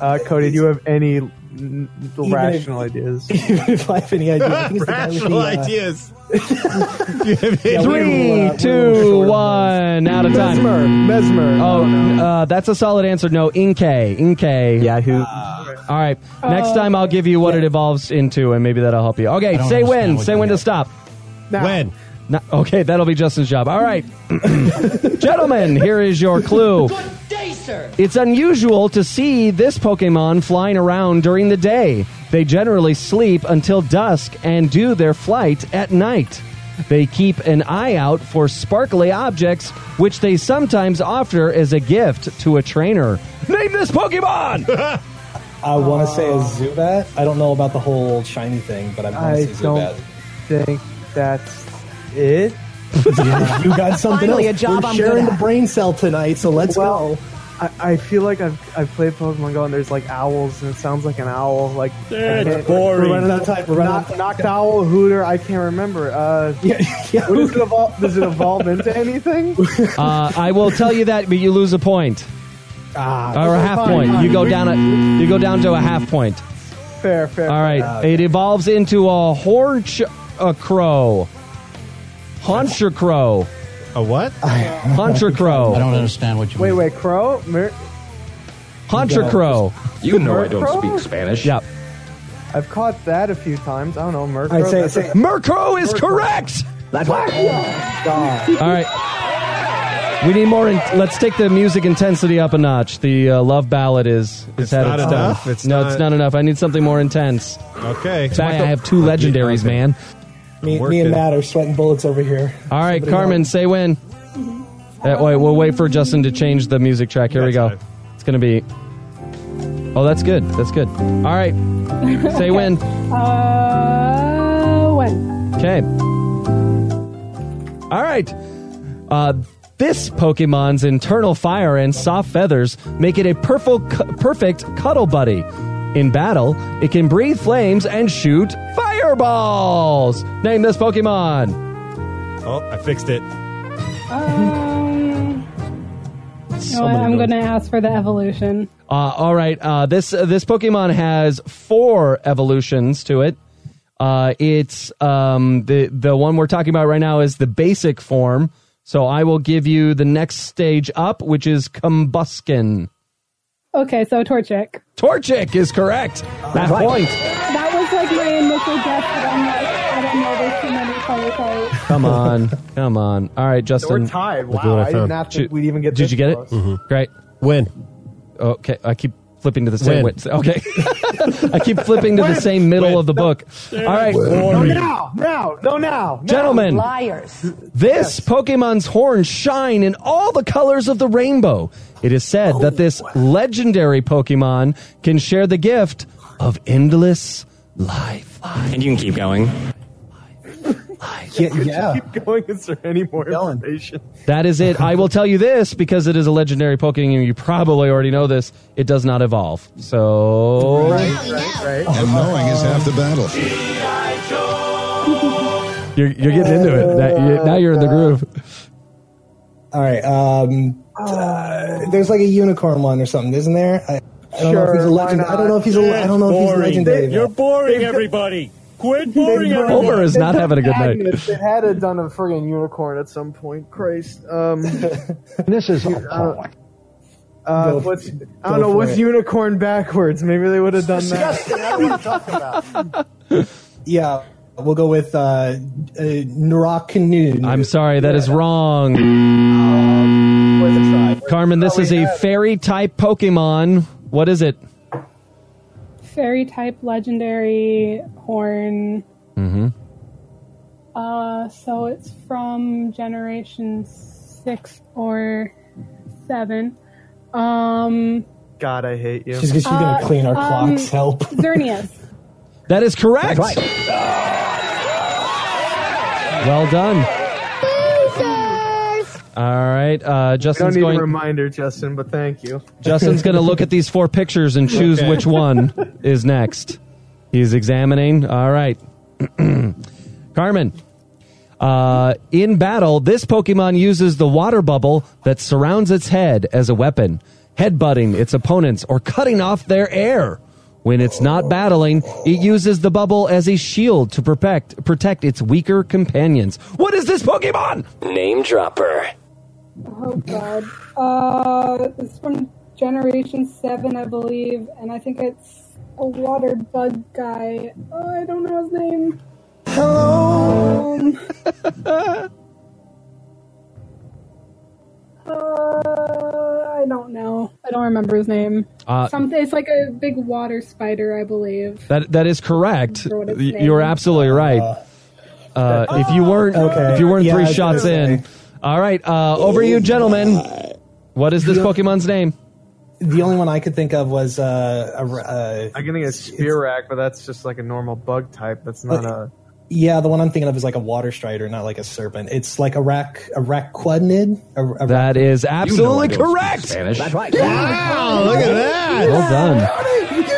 Speaker 7: Uh, Cody, do you have any n-
Speaker 8: if-
Speaker 7: rational ideas?
Speaker 8: if I have any idea, I think it's the guy with the,
Speaker 4: Rational
Speaker 8: uh,
Speaker 4: ideas. You have
Speaker 8: Yeah, we will, uh,
Speaker 2: Three,
Speaker 8: we will
Speaker 2: two,
Speaker 8: short
Speaker 2: one. Out of time.
Speaker 7: Mesmer. Mesmer.
Speaker 2: Oh, uh, that's a solid answer. No, Inkay. Inkay. Yahoo. All right. Next time I'll give you what it evolves into, and maybe that'll help you. Okay,
Speaker 4: Oh. don't
Speaker 2: say
Speaker 4: understand
Speaker 2: when.
Speaker 4: what
Speaker 2: Say
Speaker 4: you
Speaker 2: when to
Speaker 4: meant.
Speaker 2: stop.
Speaker 4: When?
Speaker 2: No- okay, that'll be Justin's job. All right. Gentlemen, here is your clue. It's unusual to see this Pokemon flying around during the day. They generally sleep until dusk and do their flight at night. They keep an eye out for sparkly objects, which they sometimes offer as a gift to a trainer. Name this Pokemon!
Speaker 8: I want to say a Zubat. I don't know about the whole shiny thing, but I want
Speaker 7: I
Speaker 8: to say
Speaker 7: don't
Speaker 8: Zubat.
Speaker 7: think that's it.
Speaker 8: Yeah, you got something
Speaker 9: Finally,
Speaker 8: else.
Speaker 9: a job
Speaker 8: We're
Speaker 9: I'm
Speaker 8: sharing
Speaker 9: good
Speaker 8: the
Speaker 9: at.
Speaker 8: brain cell tonight, so let's
Speaker 7: Well,
Speaker 8: go.
Speaker 7: I, I feel like I've I've played Pokemon Go and there's like owls and it sounds like an owl. Like I can't-
Speaker 8: We're running out of time. We're running out
Speaker 7: Knock,
Speaker 8: of
Speaker 7: knocked owl, hooter. I can't remember. Uh,
Speaker 8: yeah.
Speaker 7: what does it evolve? Does it evolve into anything?
Speaker 2: Uh, I will tell you that, but you lose a point
Speaker 8: Ah,
Speaker 2: or a half point. You go down a, you go down to a half point.
Speaker 7: Fair, fair.
Speaker 2: All right.
Speaker 8: Okay.
Speaker 2: It evolves into a haunch a crow. Hauncher crow.
Speaker 4: A what?
Speaker 2: Hauncher
Speaker 9: I
Speaker 2: crow.
Speaker 9: don't understand what you
Speaker 7: Wait,
Speaker 9: mean.
Speaker 7: wait, crow. Mer-
Speaker 2: Hauncher crow.
Speaker 10: You know I
Speaker 7: Murkrow?
Speaker 10: don't speak Spanish.
Speaker 2: Yep.
Speaker 7: I've caught that a few times. I don't know, Murkrow.
Speaker 8: I'd say,
Speaker 7: That's
Speaker 8: say
Speaker 2: Murkrow is correct.
Speaker 8: God.
Speaker 2: All right. We need more. In- let's take the music intensity up a notch. The uh, love ballad is is
Speaker 4: It's
Speaker 2: had
Speaker 4: not
Speaker 2: its
Speaker 4: enough?
Speaker 2: time.
Speaker 4: It's
Speaker 2: no,
Speaker 4: not-
Speaker 2: it's not enough. I need something more intense.
Speaker 4: Okay.
Speaker 2: That's why I have two legendaries, man.
Speaker 8: Me,
Speaker 4: Work
Speaker 8: me
Speaker 4: it.
Speaker 8: and Matt are sweating bullets over here.
Speaker 2: All right, Carmen, say when. Uh, wait, we'll wait for Justin to change the music track. Here we go.
Speaker 4: That's
Speaker 2: It's gonna be. Oh, that's good. That's good. All right, say when.
Speaker 3: Uh, when?
Speaker 2: Okay. All right. Uh, this Pokemon's internal fire and soft feathers make it a perfect, perfect cuddle buddy. In battle, it can breathe flames and shoot fireballs. Name this Pokemon.
Speaker 4: Oh, I fixed it.
Speaker 3: Um, you know what, I'm going to ask for the evolution.
Speaker 2: Uh, all right. Uh, this uh, this Pokemon has four evolutions to it. Uh, it's um, the the one we're talking about right now is the basic form. So I will give you the next stage up, which is Combuskin.
Speaker 3: Okay, so Torchic.
Speaker 2: Torchic is correct. That point.
Speaker 3: That was like my initial guess, but I'm like, I don't know, there's too many color types.
Speaker 2: Come on, come on. All right, Justin.
Speaker 7: We're tied.
Speaker 4: Look at what
Speaker 7: Wow,
Speaker 4: I
Speaker 7: I, did
Speaker 4: found.
Speaker 7: not think we'd even get.
Speaker 2: Did
Speaker 7: this
Speaker 2: you get it? Mm-hmm.
Speaker 7: close.
Speaker 2: Great.
Speaker 4: When?
Speaker 2: Okay, I keep flipping to the same.
Speaker 4: When?
Speaker 2: wit- Okay, I keep flipping to the same middle of the book. All right,
Speaker 7: Now, now, no, now, now.
Speaker 2: gentlemen.
Speaker 9: Liars.
Speaker 2: This Pokemon's horns shine in all the colors of the rainbow. It is said that this legendary Pokemon can share the gift of endless life.
Speaker 10: And you can keep going.
Speaker 8: Yeah, yeah.
Speaker 7: Keep going. Is there any more information?
Speaker 2: That is it. I will tell you this because it is a legendary Pokemon, and you probably already know this. It does not evolve. So
Speaker 7: right,
Speaker 9: And knowing is half the battle.
Speaker 2: you're, you're getting into it. That, you, now you're in the groove.
Speaker 8: All right. Um, uh, there's like a unicorn one or something, isn't there? I, I don't know if he's a
Speaker 7: Sure, why
Speaker 8: legend. I don't know if he's a.
Speaker 7: not?
Speaker 8: I don't know if he's
Speaker 7: Boring.
Speaker 8: legendary.
Speaker 7: You're
Speaker 8: boring
Speaker 7: everybody. Quit
Speaker 8: boring everybody. Homer is not having a good night.
Speaker 7: They had it done a friggin' unicorn at some point. Christ. Um, this is. Uh,
Speaker 8: Go-
Speaker 7: what's, I
Speaker 8: go
Speaker 7: don't know.
Speaker 8: for
Speaker 7: What's
Speaker 8: it.
Speaker 7: unicorn backwards? Maybe they would have done that.
Speaker 8: Yeah, we'll go with uh, uh, Naracanoon.
Speaker 2: I'm sorry, that is wrong.
Speaker 8: Worth a try.
Speaker 2: Carmen, this is a fairy type Pokemon. What is it?
Speaker 3: Fairy type, legendary, horn.
Speaker 2: Mm-hmm.
Speaker 3: Uh, so it's from generation six or seven. Um,
Speaker 7: God, I hate you.
Speaker 8: She's, she's gonna
Speaker 3: Uh,
Speaker 8: clean our
Speaker 3: um,
Speaker 8: clocks. Help.
Speaker 3: Xerneas.
Speaker 2: That is correct.
Speaker 8: That's
Speaker 2: Well done. All right, uh,
Speaker 7: I don't
Speaker 2: Justin's
Speaker 7: need a
Speaker 2: going.
Speaker 7: reminder, Justin, but thank you.
Speaker 2: Justin's going to look at these four pictures and choose
Speaker 7: Okay.
Speaker 2: which one is next. He's examining. All right. Carmen. Uh, in battle, this Pokemon uses the water bubble that surrounds its head as a weapon, headbutting its opponents or cutting off their air. When it's not battling, it uses the bubble as a shield to protect protect its weaker companions. What is this Pokemon?
Speaker 10: Name dropper.
Speaker 3: Oh god. Uh, it's from Generation Seven, I believe, and I think it's a water bug guy. Oh, I don't know his name. Um, uh, I don't know. I don't remember his name.
Speaker 2: Uh,
Speaker 3: Something. It's like a big water spider, I believe.
Speaker 2: That that is correct.
Speaker 3: Or what it's
Speaker 2: Y-
Speaker 3: named.
Speaker 2: You're absolutely right. Uh, if you weren't,
Speaker 8: Ah, Okay.
Speaker 2: if you weren't
Speaker 8: Yeah, I
Speaker 2: three
Speaker 8: was
Speaker 2: shots
Speaker 8: gonna
Speaker 2: in, all right. Uh, over to you, gentlemen. What is this Pokemon's name?
Speaker 8: The only one I could think of was uh, a, uh,
Speaker 7: I'm getting a Spearak, but that's just like a normal bug type. That's not a.
Speaker 8: yeah. The one I'm thinking of is like a water strider, not like a serpent. It's like a rack, a raquadnid. A, a
Speaker 2: That is absolutely
Speaker 8: You know I don't
Speaker 2: correct.
Speaker 8: speak Spanish. That's
Speaker 2: right.
Speaker 4: Wow, look at that.
Speaker 2: Well done.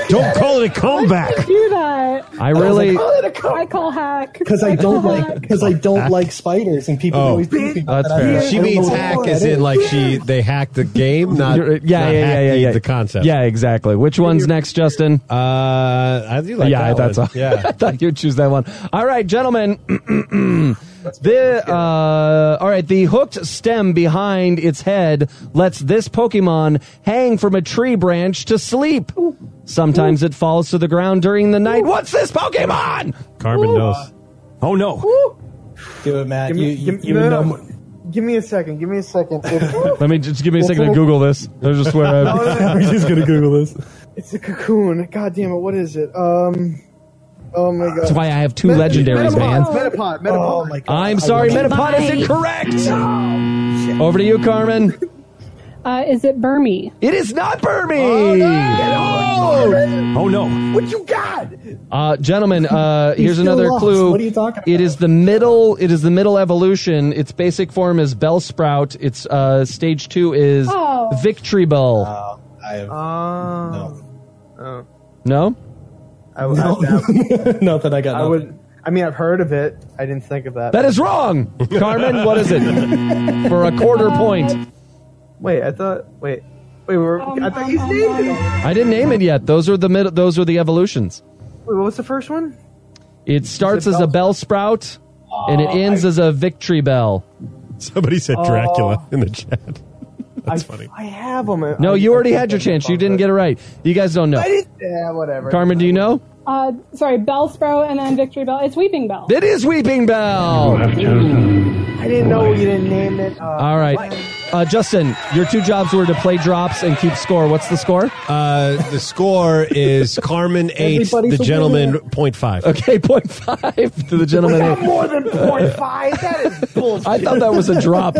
Speaker 4: Don't call it a comeback.
Speaker 3: Do that.
Speaker 2: I really.
Speaker 3: I call hack.
Speaker 8: Because I don't like because I don't like spiders and people
Speaker 4: Oh.
Speaker 8: always think
Speaker 2: That's
Speaker 8: that I-
Speaker 2: fair.
Speaker 8: I
Speaker 4: She
Speaker 8: don't know
Speaker 4: means
Speaker 8: what
Speaker 4: hack
Speaker 8: that
Speaker 4: as
Speaker 8: is.
Speaker 4: in like she they hacked the game, not
Speaker 2: You're- uh,
Speaker 4: not
Speaker 2: yeah, yeah, yeah,
Speaker 4: hacked
Speaker 2: yeah,
Speaker 4: the-
Speaker 2: yeah.
Speaker 4: The concept.
Speaker 2: Yeah, exactly. Which one's next, Justin?
Speaker 4: Uh, I do like
Speaker 2: yeah,
Speaker 4: that
Speaker 2: that's
Speaker 4: one.
Speaker 2: all. I thought you'd choose that one. All right, gentlemen. the uh, all right, the hooked stem behind its head lets this Pokemon hang from a tree branch to sleep. Sometimes it falls to the ground during the night. What's this Pokemon?
Speaker 4: Carmen knows.
Speaker 11: Oh no!
Speaker 8: Do it, Matt.
Speaker 7: Give
Speaker 8: You,
Speaker 7: me,
Speaker 8: you,
Speaker 7: give,
Speaker 8: you
Speaker 7: no,
Speaker 8: would
Speaker 7: no,
Speaker 8: know.
Speaker 7: no. give me a second. Give me a second. It's,
Speaker 2: Let me just give me a second to Google this. I just swear I-
Speaker 7: No, no, no.
Speaker 2: I'm just gonna Google this.
Speaker 7: it's a cocoon. God damn it! What is it? Um. Oh my god.
Speaker 2: That's why I have two
Speaker 7: Met-
Speaker 2: legendaries, man.
Speaker 7: Metapod, Metapod.
Speaker 8: Oh,
Speaker 7: Metapod.
Speaker 2: I'm sorry, Metapod is incorrect.
Speaker 8: Oh,
Speaker 2: Over to you, Carmen.
Speaker 3: Uh, is it Burmy?
Speaker 2: It is not Burmy.
Speaker 11: Oh no!
Speaker 7: What you got?
Speaker 2: Uh, gentlemen, uh, here's
Speaker 8: still
Speaker 2: another
Speaker 8: lost.
Speaker 2: clue.
Speaker 8: What are you talking
Speaker 2: It is the middle. It is the middle evolution. Its basic form is Bell Sprout. Its uh, stage two is
Speaker 3: Oh.
Speaker 2: Victory Bell.
Speaker 8: Uh. I have
Speaker 4: Um,
Speaker 7: Oh.
Speaker 8: no,
Speaker 7: Oh.
Speaker 2: no,
Speaker 7: I, would- I,
Speaker 8: not that I got.
Speaker 7: I would. I mean, I've heard of it. I didn't think of that.
Speaker 2: that is wrong. Carmen, what is it? For a quarter point,
Speaker 7: Wait, I thought. Wait, wait. We're, I thought you named it.
Speaker 2: I didn't name it yet. Those are the middle. Those are the evolutions.
Speaker 7: Wait, what was the first one?
Speaker 2: It starts as a Bell Sprout,
Speaker 7: Ah,
Speaker 2: and it ends as a Victory Bell.
Speaker 4: Somebody said Dracula in the chat. That's
Speaker 7: I,
Speaker 4: funny.
Speaker 7: I have them. I,
Speaker 2: No, you already had your chance. You didn't get it right. You guys don't know.
Speaker 7: I didn't. Yeah, whatever.
Speaker 2: Carmen, do you know?
Speaker 3: Uh, sorry, Bellsprout and then Victory Bell. It's Weeping Bell.
Speaker 2: It is Weeping Bell.
Speaker 7: I didn't know you didn't name it. Uh,
Speaker 2: All right. Uh, Justin, your two jobs were to play drops and keep score. What's the score?
Speaker 4: Uh, the score is Carmen eight,
Speaker 8: Everybody's
Speaker 4: the
Speaker 8: a
Speaker 4: gentleman
Speaker 8: winner.
Speaker 4: point five.
Speaker 2: Okay, point five to the
Speaker 7: We
Speaker 2: gentleman.
Speaker 7: got more than point five. That is bullshit.
Speaker 2: I thought that was a drop.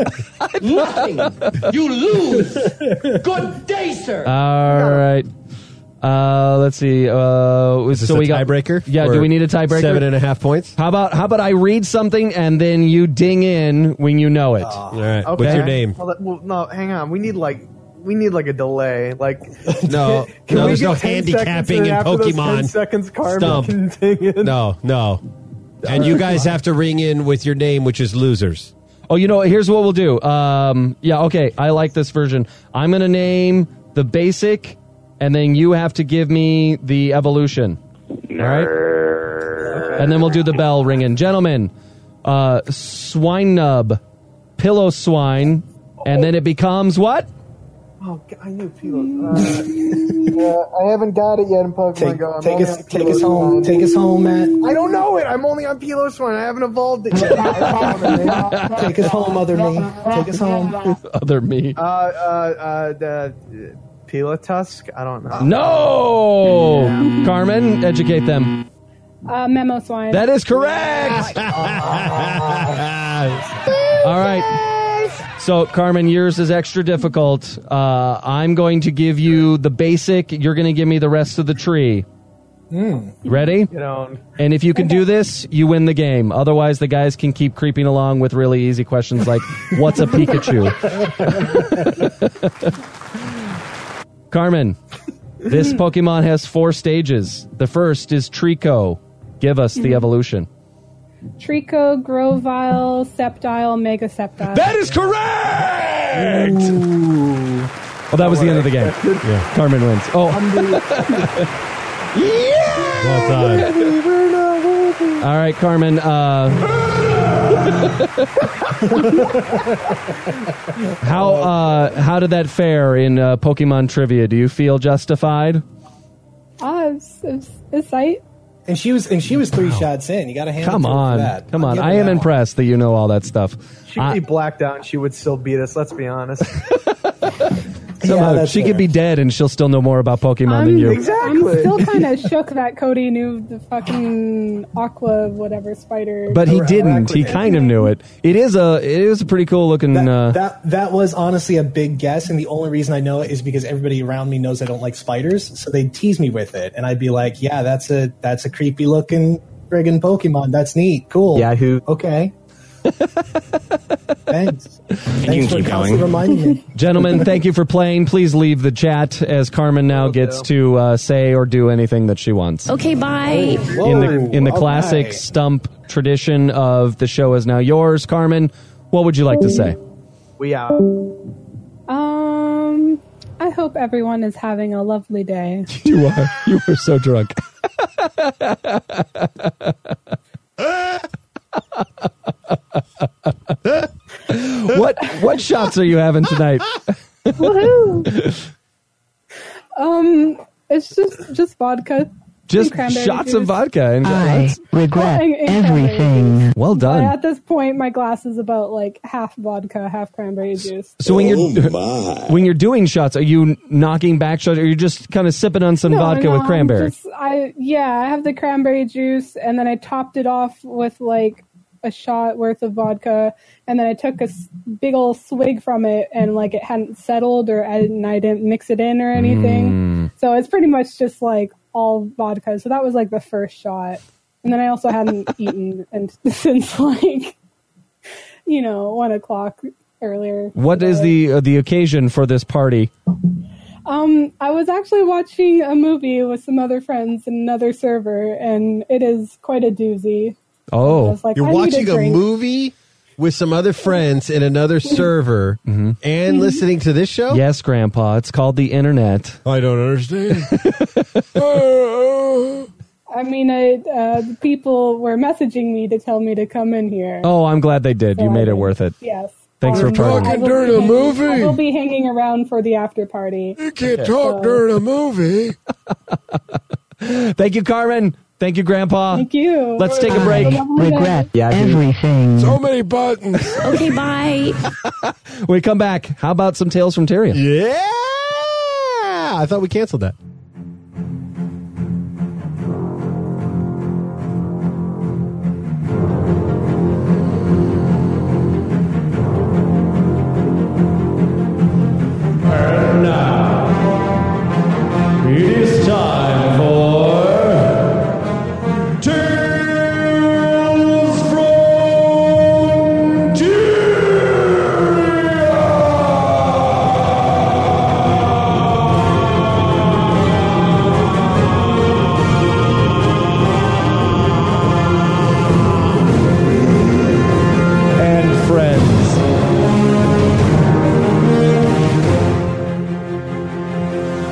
Speaker 10: Nothing. You lose. Good day, sir.
Speaker 2: All right. Uh, let's see. Uh,
Speaker 4: this
Speaker 2: so
Speaker 4: a
Speaker 2: we got
Speaker 4: tiebreaker?
Speaker 2: Yeah.
Speaker 4: Or
Speaker 2: Do we need a tiebreaker?
Speaker 4: seven and a half points.
Speaker 2: How about how about I read something and then you ding in when you know it? All
Speaker 4: right. Uh, What's your name?
Speaker 7: Well, that- well, no, hang on. We need like we need like a delay. Like
Speaker 4: No,
Speaker 7: Can
Speaker 4: no.
Speaker 7: we
Speaker 4: There's
Speaker 7: do
Speaker 4: no
Speaker 7: 10
Speaker 4: handicapping
Speaker 7: seconds
Speaker 4: in
Speaker 7: or after those 10
Speaker 4: Pokemon.
Speaker 7: seconds, Carmen
Speaker 4: Stump.
Speaker 7: can ding it?
Speaker 4: No, no. And you guys have to ring in with your name, which is losers.
Speaker 2: Oh, you know, what? here's what we'll do. Um, yeah, okay, I like this version. I'm gonna name the basic, and then you have to give me the evolution. All right, and then we'll do the bell ringing, gentlemen. Uh, swine nub, pillow swine, and then it becomes what?
Speaker 7: Oh, God, I knew Pilo. Uh, uh, I haven't got it yet in Pokemon
Speaker 8: Take-
Speaker 7: Go. I'm
Speaker 8: take
Speaker 7: only
Speaker 8: us-
Speaker 7: on
Speaker 8: take us
Speaker 7: Pilos
Speaker 8: home.
Speaker 7: one.
Speaker 8: Take us home, Matt.
Speaker 7: I don't know it. I'm only on Pilos one. I haven't evolved it yet.
Speaker 8: Take us home, other me. Take us home.
Speaker 2: Other me.
Speaker 7: Uh, uh, uh, the uh, Pilotusk? I don't know.
Speaker 2: No, Carmen, educate them.
Speaker 3: Uh, memo swine.
Speaker 2: That is correct. All right. So, Carmen, yours is extra difficult. Uh, I'm going to give you the basic. You're going to give me the rest of the tree. Ready?
Speaker 7: You know,
Speaker 2: And if you can do this, you win the game. Otherwise, the guys can keep creeping along with really easy questions like, What's a Pikachu? Carmen, this Pokemon has four stages. The first is Trico. Give us the evolution.
Speaker 3: Trico, Grovile, Septile, Mega Septile.
Speaker 2: That is correct! Well, that was the end of the game.
Speaker 4: Yeah.
Speaker 2: Carmen wins. Oh,
Speaker 4: Well done.
Speaker 2: all right, Carmen. Uh, how uh, how did that fare in uh, Pokemon trivia? Do you feel justified?
Speaker 3: Ah, it's, it's, it's sight.
Speaker 8: And she was and she was three shots in. You got to hand
Speaker 2: Come
Speaker 8: it to her for
Speaker 2: on,
Speaker 8: that.
Speaker 2: come
Speaker 8: I'll
Speaker 2: on.
Speaker 8: give her
Speaker 2: I am
Speaker 8: that one.
Speaker 2: impressed that you know all that stuff.
Speaker 7: she could
Speaker 2: I-
Speaker 7: be blacked out and she would still beat us, let's be honest.
Speaker 2: somehow
Speaker 8: that's
Speaker 2: she could
Speaker 8: fair.
Speaker 2: be dead and she'll still know more about Pokemon
Speaker 3: I'm,
Speaker 2: than you.
Speaker 7: Exactly.
Speaker 3: I'm still kind of shook that Cody knew the fucking aqua whatever spider.
Speaker 2: But he
Speaker 8: Correct.
Speaker 2: didn't. He
Speaker 8: Exactly.
Speaker 2: kind of knew it. It is a it is a pretty cool looking.
Speaker 8: That,
Speaker 2: uh,
Speaker 8: that that was honestly a big guess, and the only reason I know it is because everybody around me knows I don't like spiders, so they tease me with it, and I'd be like, "Yeah, that's a that's a creepy looking friggin' Pokemon. That's neat, cool.
Speaker 7: Yahoo.
Speaker 2: Oh,
Speaker 8: okay." Thanks. Thanks for
Speaker 9: keep
Speaker 8: constantly
Speaker 9: going.
Speaker 8: reminding me.
Speaker 2: Gentlemen, thank you for playing. Please leave the chat as Carmen now gets to uh, say or do anything that she wants.
Speaker 12: Okay, bye.
Speaker 2: In
Speaker 8: Whoa,
Speaker 2: the in the
Speaker 8: all
Speaker 2: classic
Speaker 8: right.
Speaker 2: stump tradition of the show is now yours, Carmen. What would you like to say?
Speaker 7: we out.
Speaker 3: Um, I hope everyone is having a lovely day.
Speaker 2: You are you were so drunk. what what shots are you having tonight?
Speaker 3: Woohoo! um, it's just just vodka.
Speaker 2: Just
Speaker 3: cranberry
Speaker 2: shots
Speaker 3: juice.
Speaker 2: of vodka and
Speaker 3: regret everything.
Speaker 2: well done.
Speaker 3: At this point, my glass is about like half vodka, half cranberry juice.
Speaker 2: So when
Speaker 4: Oh,
Speaker 2: you're when you're doing shots, are you knocking back shots, or you're just kind of sipping on some
Speaker 3: No,
Speaker 2: vodka
Speaker 3: no,
Speaker 2: with
Speaker 3: I'm
Speaker 2: cranberry?
Speaker 3: just- I yeah, I have the cranberry juice, and then I topped it off with like a shot worth of vodka, and then I took a s- big old swig from it, and like it hadn't settled, or I didn't, I didn't mix it in or anything.
Speaker 2: Mm.
Speaker 3: So it's pretty much just like all vodka. So that was like the first shot, and then I also hadn't eaten and since like you know one o'clock earlier.
Speaker 2: What is the uh, the occasion for this party?
Speaker 3: Um, I was actually watching a movie with some other friends in another server, and it is quite a doozy. I
Speaker 2: Oh,
Speaker 3: was like,
Speaker 4: You're
Speaker 3: I need
Speaker 4: watching a,
Speaker 3: drink.
Speaker 4: movie with some other friends in another server
Speaker 9: Mm-hmm.
Speaker 4: and listening to this show?
Speaker 2: yes, Grandpa. It's called the internet.
Speaker 4: I don't understand.
Speaker 3: I mean, I, uh, the people were messaging me to tell me to come in here.
Speaker 2: Oh, I'm glad they did. You
Speaker 3: So
Speaker 2: made it
Speaker 3: I-
Speaker 2: worth it.
Speaker 3: Yes.
Speaker 2: Thanks for talking
Speaker 3: I will be
Speaker 4: during a
Speaker 3: hanging-
Speaker 4: movie.
Speaker 3: I will be hanging around for the after party.
Speaker 4: you can't talk during a movie.
Speaker 2: Thank you, Carmen. Thank you, Grandpa.
Speaker 3: Thank you.
Speaker 2: Let's take a break.
Speaker 3: Regret.
Speaker 4: So many buttons.
Speaker 12: Okay, bye.
Speaker 2: When we come back. How about some tales from Tyrion?
Speaker 4: Yeah. I thought we canceled that. And now, it is time.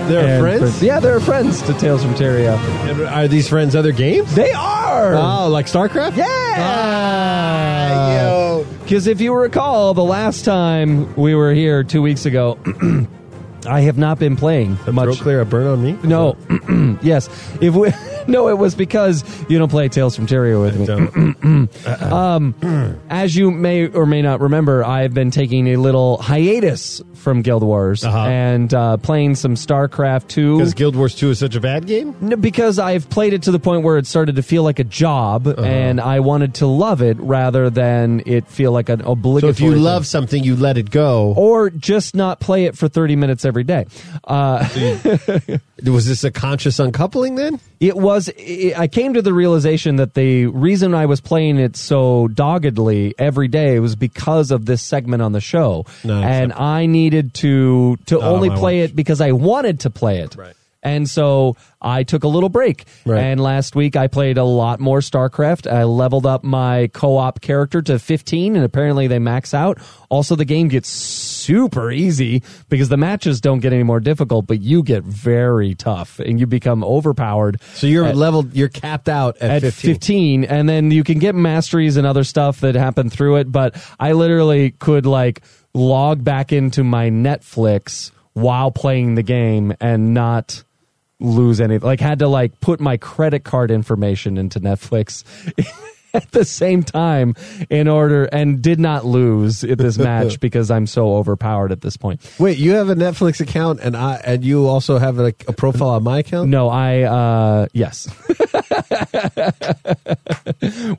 Speaker 4: They're
Speaker 2: and
Speaker 4: friends?
Speaker 2: Yeah, they're friends to Tales from Terria.
Speaker 4: And are these friends other games?
Speaker 2: They are.
Speaker 4: Oh, like StarCraft? Ah.
Speaker 2: Yeah. Because if you recall, the last time we were here two weeks ago, I have not been playing
Speaker 4: Real
Speaker 2: much.
Speaker 4: clear, a burn on me?
Speaker 2: No, yes. If we, no, it was because you don't play Tales from Terria with me. um, as you may or may not remember, I've been taking a little hiatus from Guild Wars
Speaker 4: Uh-huh.
Speaker 2: and uh, playing some StarCraft Two.
Speaker 4: Because Guild Wars 2 is such a bad game?
Speaker 2: No, because I've played it to the point where it started to feel like a job,
Speaker 4: Uh-huh.
Speaker 2: and I wanted to love it rather than it feel like an obligatory.
Speaker 4: So if you
Speaker 2: thing.
Speaker 4: love something, you let it go.
Speaker 2: or just not play it for thirty minutes every day, uh,
Speaker 4: Was this a conscious uncoupling then?
Speaker 2: it was. i I came to the realization that the reason I was playing it so doggedly every day was because of this segment on the show,
Speaker 4: No,
Speaker 2: and I needed to to
Speaker 4: Not on
Speaker 2: only
Speaker 4: my
Speaker 2: play
Speaker 4: watch.
Speaker 2: it because I wanted to play it.
Speaker 4: Right.
Speaker 2: And so I took a little break.
Speaker 4: Right.
Speaker 2: And last week I played a lot more StarCraft. I leveled up my co-op character to 15 and apparently they max out. Also the game gets super easy because the matches don't get any more difficult, but you get very tough and you become overpowered
Speaker 4: So you're
Speaker 2: At-
Speaker 4: leveled, you're capped out
Speaker 2: at
Speaker 4: at,
Speaker 2: 15.
Speaker 4: 15.
Speaker 2: and then you can get masteries and other stuff that happen through it but i literally could like log back into my netflix while playing the game and not lose any like had to like put my credit card information into netflix at the same time in order and did not lose at this match because i'm so overpowered at this point
Speaker 4: Wait, you have a Netflix account and I and you also have a, a profile on my account?
Speaker 2: No, I uh yes.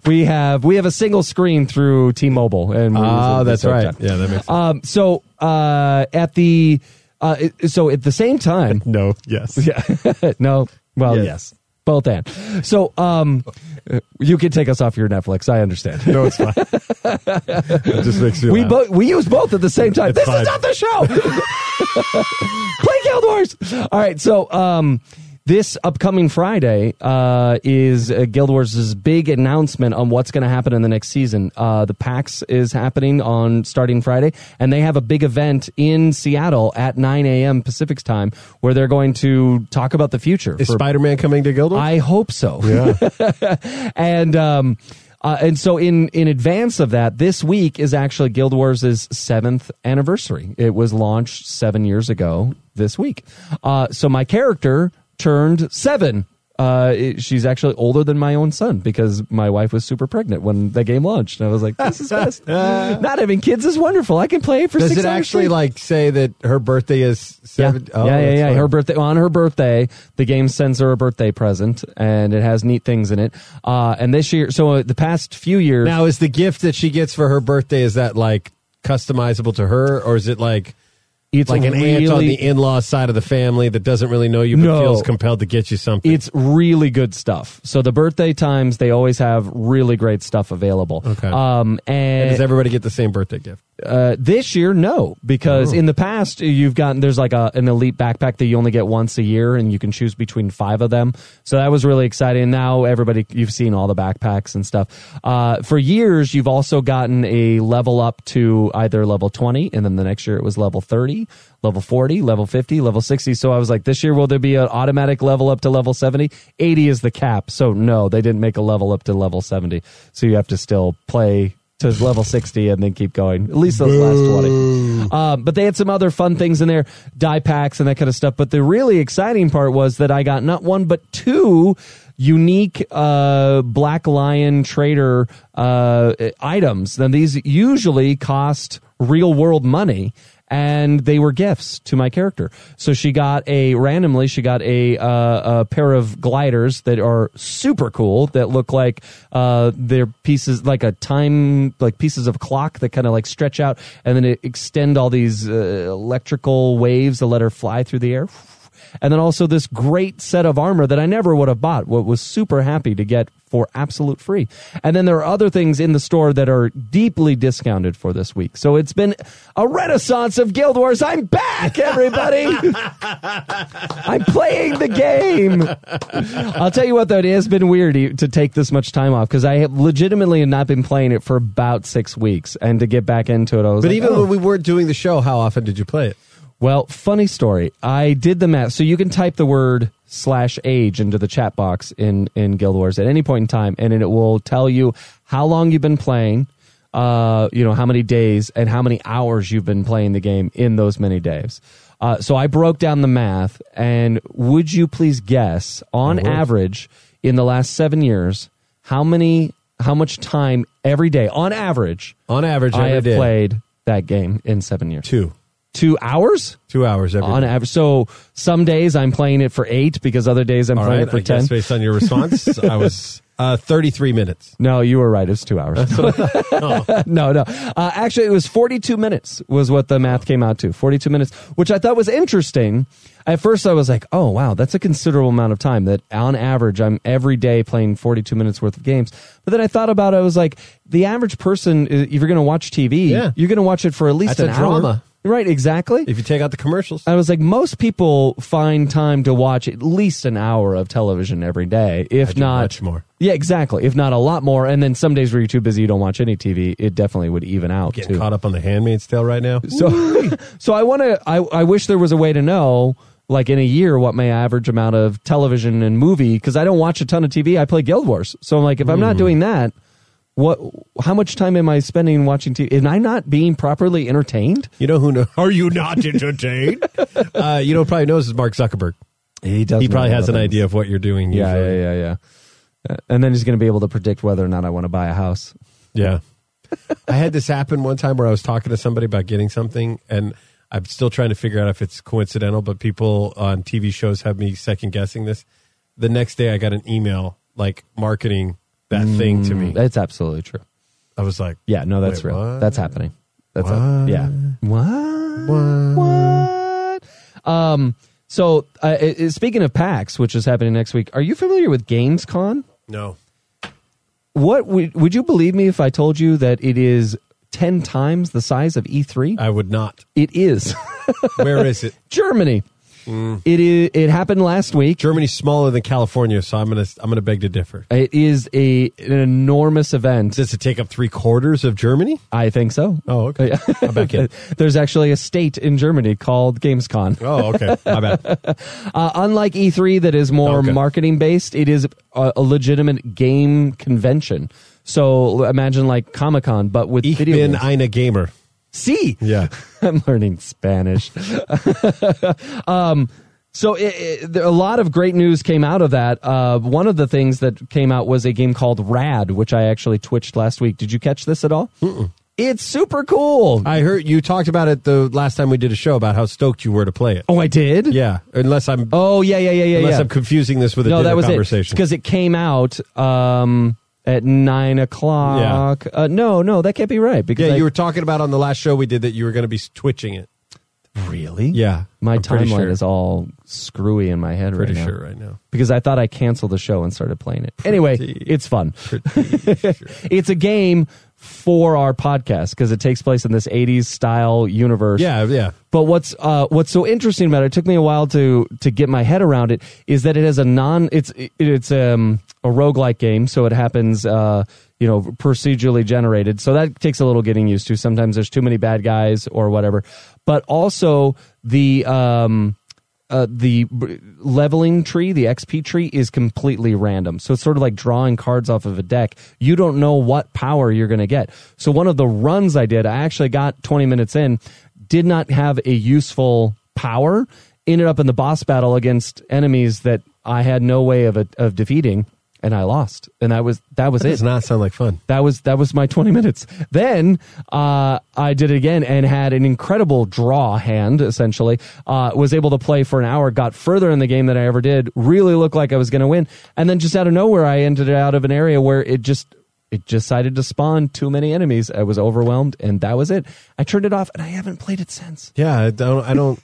Speaker 2: we have we have a single screen through T-Mobile and we're
Speaker 4: Ah,
Speaker 2: using
Speaker 4: that's
Speaker 2: the same
Speaker 4: right.
Speaker 2: time.
Speaker 4: Yeah, that makes sense.
Speaker 2: Um so uh at the uh it- so at the same time
Speaker 4: No, yes.
Speaker 2: yeah. no. Well,
Speaker 4: Yes.
Speaker 2: yes. Both and. So um you can take us off your Netflix. I understand.
Speaker 4: No, it's fine. it just makes you
Speaker 2: We
Speaker 4: laugh.
Speaker 2: both we use both at the same time.
Speaker 4: It's
Speaker 2: this
Speaker 4: fine.
Speaker 2: is not the show. Play Guild Wars. All right, so um, this upcoming Friday uh, is uh, Guild Wars' big announcement on what's going to happen in the next season. Uh, the PAX is happening on starting Friday, and they have a big event in Seattle at 9 a.m. Pacific time where they're going to talk about the future.
Speaker 4: Is
Speaker 2: for-
Speaker 4: Spider Man coming to Guild Wars?
Speaker 2: I hope so. and um, uh, and so in in advance of that, this week is actually Guild Wars' seventh anniversary. It was launched seven years ago this week. Uh, so my character turned seven. Uh, it- she's actually older than my own son because my wife was super pregnant when the game launched, and I was like, "This is best." Not having kids is wonderful. I can play for
Speaker 4: Does
Speaker 2: six
Speaker 4: it
Speaker 2: hours
Speaker 4: actually
Speaker 2: straight.
Speaker 4: like say that her birthday is seven?
Speaker 2: Yeah,
Speaker 4: Oh,
Speaker 2: yeah, yeah.
Speaker 4: that's
Speaker 2: yeah.
Speaker 4: fine.
Speaker 2: Her birthday on her birthday, the game sends her a birthday present, and it has neat things in it. Uh, and this year, so uh, the past few years,
Speaker 4: Now, is the gift that she gets for her birthday is that like customizable to her, or is it like
Speaker 2: it's
Speaker 4: like an
Speaker 2: really,
Speaker 4: aunt on the in-law side of the family that doesn't really know you but
Speaker 2: No.
Speaker 4: feels compelled to get you something?
Speaker 2: It's really good stuff. So the birthday times, they always have really great stuff available.
Speaker 4: Okay.
Speaker 2: Um, and
Speaker 4: Does everybody get the same birthday gift?
Speaker 2: Uh, this year, no, because in the past you've gotten there's like a, an elite backpack that you only get once a year, and you can choose between five of them. So that was really exciting. Now everybody, you've seen all the backpacks and stuff. Uh, for years, you've also gotten a level up to either level twenty, and then the next year it was level thirty, level forty, level fifty, level sixty. So I was like, this year will there be an automatic level up to level 70? 80 is the cap. So no, they didn't make a level up to level seventy. So you have to still play to level 60 and then keep going. At least those last 20. Um, but they had some other fun things in there, die packs and that kind of stuff. But the really exciting part was that I got not one, but two unique uh, Black Lion Trader uh, items. Now, these usually cost real world money. And they were gifts to my character. So she got a randomly, she got a uh, a pair of gliders that are super cool that look like uh, they're pieces like a time like pieces of clock that kind of like stretch out and then it extend all these uh, electrical waves to let her fly through the air and then also this great set of armor that I never would have bought, what was super happy to get for absolute free. And then there are other things in the store that are deeply discounted for this week. So it's been a renaissance of Guild Wars. I'm back, everybody. I'm playing the game. I'll tell you what, though, it has been weird e- to take this much time off because I have legitimately not been playing it for about six weeks, and to get back into it, I was.
Speaker 4: But
Speaker 2: like,
Speaker 4: even
Speaker 2: oh.
Speaker 4: when we weren't doing the show, how often did you play it?
Speaker 2: Well, funny story. I did the math. So you can type the word slash age into the chat box in, in Guild Wars at any point in time, and it will tell you how long you've been playing, uh, you know, how many days and how many hours you've been playing the game in those many days. Uh, so I broke down the math, and would you please guess, on
Speaker 13: I would.
Speaker 2: average, in the last seven years, how many, how much time every day, on average,
Speaker 4: on average,
Speaker 2: I
Speaker 4: every
Speaker 2: have
Speaker 4: day.
Speaker 2: played that game in seven years.
Speaker 4: Two.
Speaker 2: Two hours?
Speaker 4: Two hours every
Speaker 2: on
Speaker 4: day.
Speaker 2: average. So some days I'm playing it for eight because other days I'm
Speaker 4: All
Speaker 2: playing
Speaker 4: right,
Speaker 2: it for
Speaker 4: I
Speaker 2: ten.
Speaker 4: guess based on your response, I was uh, 33 minutes.
Speaker 2: No, you were right. It was two hours. no, no. Uh, actually, it was 42 minutes was what the math came out to. 42 minutes, which I thought was interesting. At first, I was like, oh, wow, that's a considerable amount of time that on average, I'm every day playing 42 minutes worth of games. But then I thought about it. I was like, the average person, i- if you're going to watch TV,
Speaker 4: Yeah.
Speaker 2: you're going to watch it for at least
Speaker 4: That's
Speaker 2: an
Speaker 4: a drama.
Speaker 2: hour. Right, exactly.
Speaker 4: If you take out the commercials.
Speaker 2: I was like, most people find time to watch at least an hour of television every day, if
Speaker 4: I do
Speaker 2: not
Speaker 4: much more.
Speaker 2: Yeah, exactly. If not a lot more, and then some days where you're too busy, you don't watch any TV. It definitely would even out.
Speaker 4: Getting
Speaker 2: too.
Speaker 4: caught up on the Handmaid's Tale right now.
Speaker 2: So, so I want to. I, I wish there was a way to know, like in a year, what my average amount of television and movie. Because I don't watch a ton of TV. I play Guild Wars. So I'm like, if I'm not doing that, what? How much time am I spending watching TV? Am I not being properly entertained?
Speaker 4: You know who? Know, are you not entertained? uh, you know, who probably knows is Mark Zuckerberg.
Speaker 2: He does.
Speaker 4: He
Speaker 2: know
Speaker 4: probably
Speaker 2: a lot
Speaker 4: has
Speaker 2: of
Speaker 4: an
Speaker 2: things.
Speaker 4: idea of what you're doing.
Speaker 2: Yeah,
Speaker 4: usually.
Speaker 2: yeah, yeah, yeah. Uh, And then he's going to be able to predict whether or not I want to buy a house.
Speaker 4: Yeah. I had this happen one time where I was talking to somebody about getting something, and I'm still trying to figure out if it's coincidental, but people on TV shows have me second guessing this. The next day, I got an email like marketing that thing to
Speaker 2: Mm,
Speaker 4: me.
Speaker 2: That's absolutely true.
Speaker 4: I was like,
Speaker 2: Yeah, no, that's
Speaker 4: Wait,
Speaker 2: real.
Speaker 4: what?
Speaker 2: That's happening. That's hap- yeah. What? What? Um. So, uh, i- i- speaking of PAX, which is happening next week, are you familiar with GamesCon?
Speaker 4: no.
Speaker 2: What would would you believe me if I told you that it is ten times the size of E3?
Speaker 4: I would not.
Speaker 2: It is.
Speaker 4: Where is it?
Speaker 2: Germany.
Speaker 4: Mm.
Speaker 2: It is. It happened last week.
Speaker 4: Germany's smaller than California, so I'm gonna I'm gonna beg to differ.
Speaker 2: It is a an enormous event.
Speaker 4: Does it take up three quarters of Germany?
Speaker 2: I think so.
Speaker 4: Oh, okay. I'm back in.
Speaker 2: There's actually a state in Germany called GamesCon.
Speaker 4: Oh, okay. My bad.
Speaker 2: Uh, unlike E3, that is more
Speaker 4: Okay.
Speaker 2: marketing based, it is a, a legitimate game convention. So l- imagine like Comic Con, but with
Speaker 4: Ich
Speaker 2: video
Speaker 4: bin
Speaker 2: games.
Speaker 4: eine Gamer.
Speaker 2: See,
Speaker 4: Yeah.
Speaker 2: I'm learning Spanish. um, so it, it, there, a lot of great news came out of that. Uh, one of the things that came out was a game called Rad, which I actually twitched last week. Did you catch this at all? It's super cool.
Speaker 4: I heard you talked about it the last time we did a show about how stoked you were to play it.
Speaker 2: oh, I did.
Speaker 4: Yeah, unless I'm
Speaker 2: Oh yeah, yeah, yeah, yeah.
Speaker 4: unless
Speaker 2: yeah.
Speaker 4: I'm confusing this with a
Speaker 2: no,
Speaker 4: dinner
Speaker 2: that was
Speaker 4: conversation.
Speaker 2: because it came out um, at nine o'clock. Uh, no, no, that can't be right. Because
Speaker 4: yeah,
Speaker 2: I-
Speaker 4: you were talking about on the last show we did that you were going to be twitching it.
Speaker 2: really.
Speaker 4: Yeah,
Speaker 2: my
Speaker 4: I'm pretty
Speaker 2: timeline
Speaker 4: sure.
Speaker 2: is all screwy in my head
Speaker 4: pretty
Speaker 2: right now.
Speaker 4: sure right now.
Speaker 2: because I thought I canceled the show and started playing it. anyway, it's fun. it's a game for our podcast because it takes place in this 80s style universe.
Speaker 4: Yeah, yeah.
Speaker 2: But what's uh, what's so interesting about it, it took me a while to to get my head around it is that it has a non it's it, it's um a roguelike game, so it happens uh you know procedurally generated. So that takes a little getting used to. Sometimes there's too many bad guys or whatever. But also the um uh, the b- leveling tree, the XP tree, is completely random. So it's sort of like drawing cards off of a deck. You don't know what power you're going to get. So one of the runs I did, I actually got 20 minutes in, did not have a useful power. Ended up in the boss battle against enemies that I had no way of of defeating, and I lost. And that was that was
Speaker 4: That
Speaker 2: it.
Speaker 4: does not sound like fun.
Speaker 2: That was that was my 20 minutes. Then uh, I did it again and had an incredible draw hand. Essentially, uh, was able to play for an hour. Got further in the game than I ever did. Really looked like I was going to win. And then just out of nowhere, I ended out of an area where it just it decided to spawn too many enemies. I was overwhelmed, and that was it. I turned it off, and I haven't played it since.
Speaker 4: Yeah, I don't. I don't.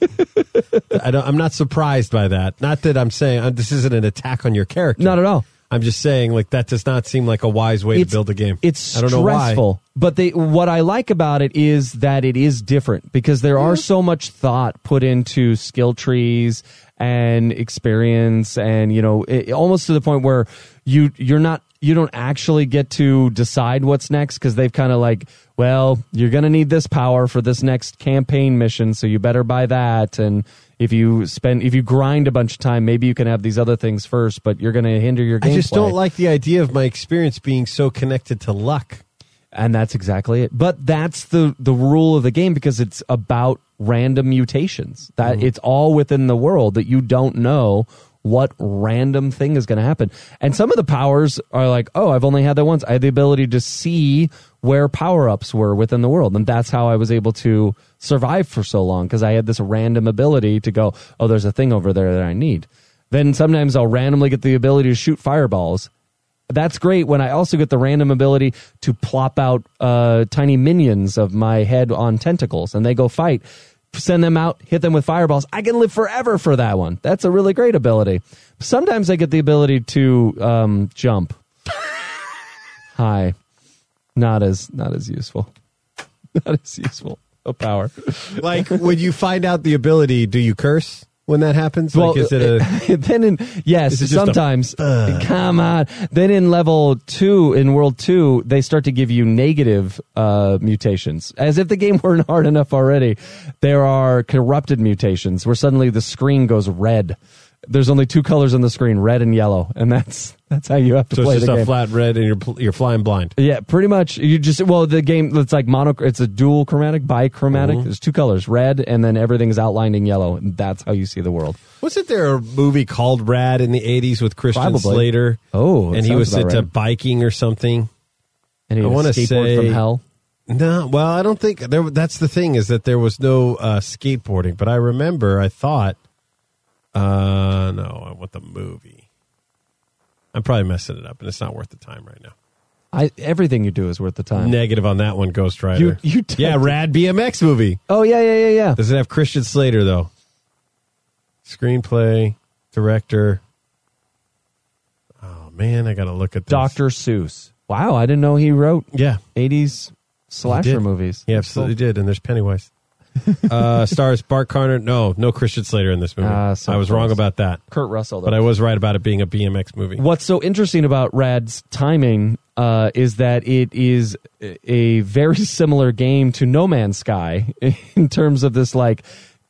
Speaker 4: I don't. I'm not surprised by that. Not that I'm saying uh, this isn't an attack on your character.
Speaker 2: Not at all.
Speaker 4: I'm just saying like that does not seem like a wise way to
Speaker 2: It's-
Speaker 4: build a game.
Speaker 2: It's
Speaker 4: I don't know why.
Speaker 2: stressful, but they, what I like about it is that it is different because there are so much thought put into skill trees and experience, and you know, it, almost to the point where you you're not you don't actually get to decide what's next because they've kind of like, well, you're going to need this power for this next campaign mission, so you better buy that. And if you spend, if you grind a bunch of time, maybe you can have these other things first, but you're going to hinder your game.
Speaker 4: I just don't like the idea of my experience being so connected to luck.
Speaker 2: And that's exactly it. But that's the the rule of the game because it's about random mutations. That it's all within the world that you don't know what random thing is going to happen. And some of the powers are like, "Oh, I've only had that once. I had the ability to see where power-ups were within the world." And that's how I was able to survive for so long because I had this random ability to go, "Oh, there's a thing over there that I need." Then sometimes I'll randomly get the ability to shoot fireballs that's great when I also get the random ability to plop out uh, tiny minions of my head on tentacles and they go fight. Send them out, hit them with fireballs. I can live forever for that one. That's a really great ability. Sometimes I get the ability to um, jump. High, not as not as useful. Not as useful a power.
Speaker 4: Like when you find out the ability, do you curse when that happens? like is it a
Speaker 2: then in yes
Speaker 4: Is it just a,
Speaker 2: sometimes
Speaker 4: "Ugh"?
Speaker 2: come on then in level two in world two they start to give you negative uh, mutations as if the game weren't hard enough already there are corrupted mutations where suddenly the screen goes red there's only two colors on the screen red and yellow and that's that's how you have to
Speaker 4: so it's
Speaker 2: play
Speaker 4: just
Speaker 2: the
Speaker 4: a
Speaker 2: game
Speaker 4: flat red and you're pl- you're flying blind?
Speaker 2: yeah, pretty much. You just well, the game it's like mono. It's a dual chromatic, bichromatic.
Speaker 4: Mm-hmm.
Speaker 2: There's two colors, red, and then everything's outlined in yellow. And that's how you see the world.
Speaker 4: Wasn't there a movie called Rad in the '80s with Christian
Speaker 2: Probably.
Speaker 4: Slater?
Speaker 2: Oh, that
Speaker 4: and he
Speaker 2: sounds
Speaker 4: was
Speaker 2: about
Speaker 4: into
Speaker 2: right.
Speaker 4: biking or something.
Speaker 2: And he
Speaker 4: I
Speaker 2: had a
Speaker 4: want to
Speaker 2: skateboard
Speaker 4: say
Speaker 2: from hell?
Speaker 4: No, well, I don't think there. That's the thing is that there was no uh, skateboarding. But I remember, I thought, uh, no, I want the movie. I'm probably messing it up, and it's not worth the time right now.
Speaker 2: I everything you do is worth the time.
Speaker 4: Negative on that one, Ghost Rider.
Speaker 2: You- you
Speaker 4: yeah,
Speaker 2: don't-
Speaker 4: Rad BMX movie.
Speaker 2: Oh yeah, yeah, yeah, yeah.
Speaker 4: Does it have Christian Slater though? Screenplay, director. Oh man, I gotta look at this.
Speaker 2: Dr. Seuss. Wow, I didn't know he wrote
Speaker 4: Yeah,
Speaker 2: 80s
Speaker 4: He
Speaker 2: slasher
Speaker 4: did.
Speaker 2: movies.
Speaker 4: He absolutely did, and there's Pennywise. uh, stars Bart Carner. No, no Christian Slater in this movie.
Speaker 2: Ah, so
Speaker 4: I was
Speaker 2: close.
Speaker 4: wrong about that,
Speaker 2: Kurt Russell. Though.
Speaker 4: but I was right about it being a BMX movie.
Speaker 2: What's so interesting about Rad's timing uh, is that it is a- a very similar game to No Man's Sky in terms of this like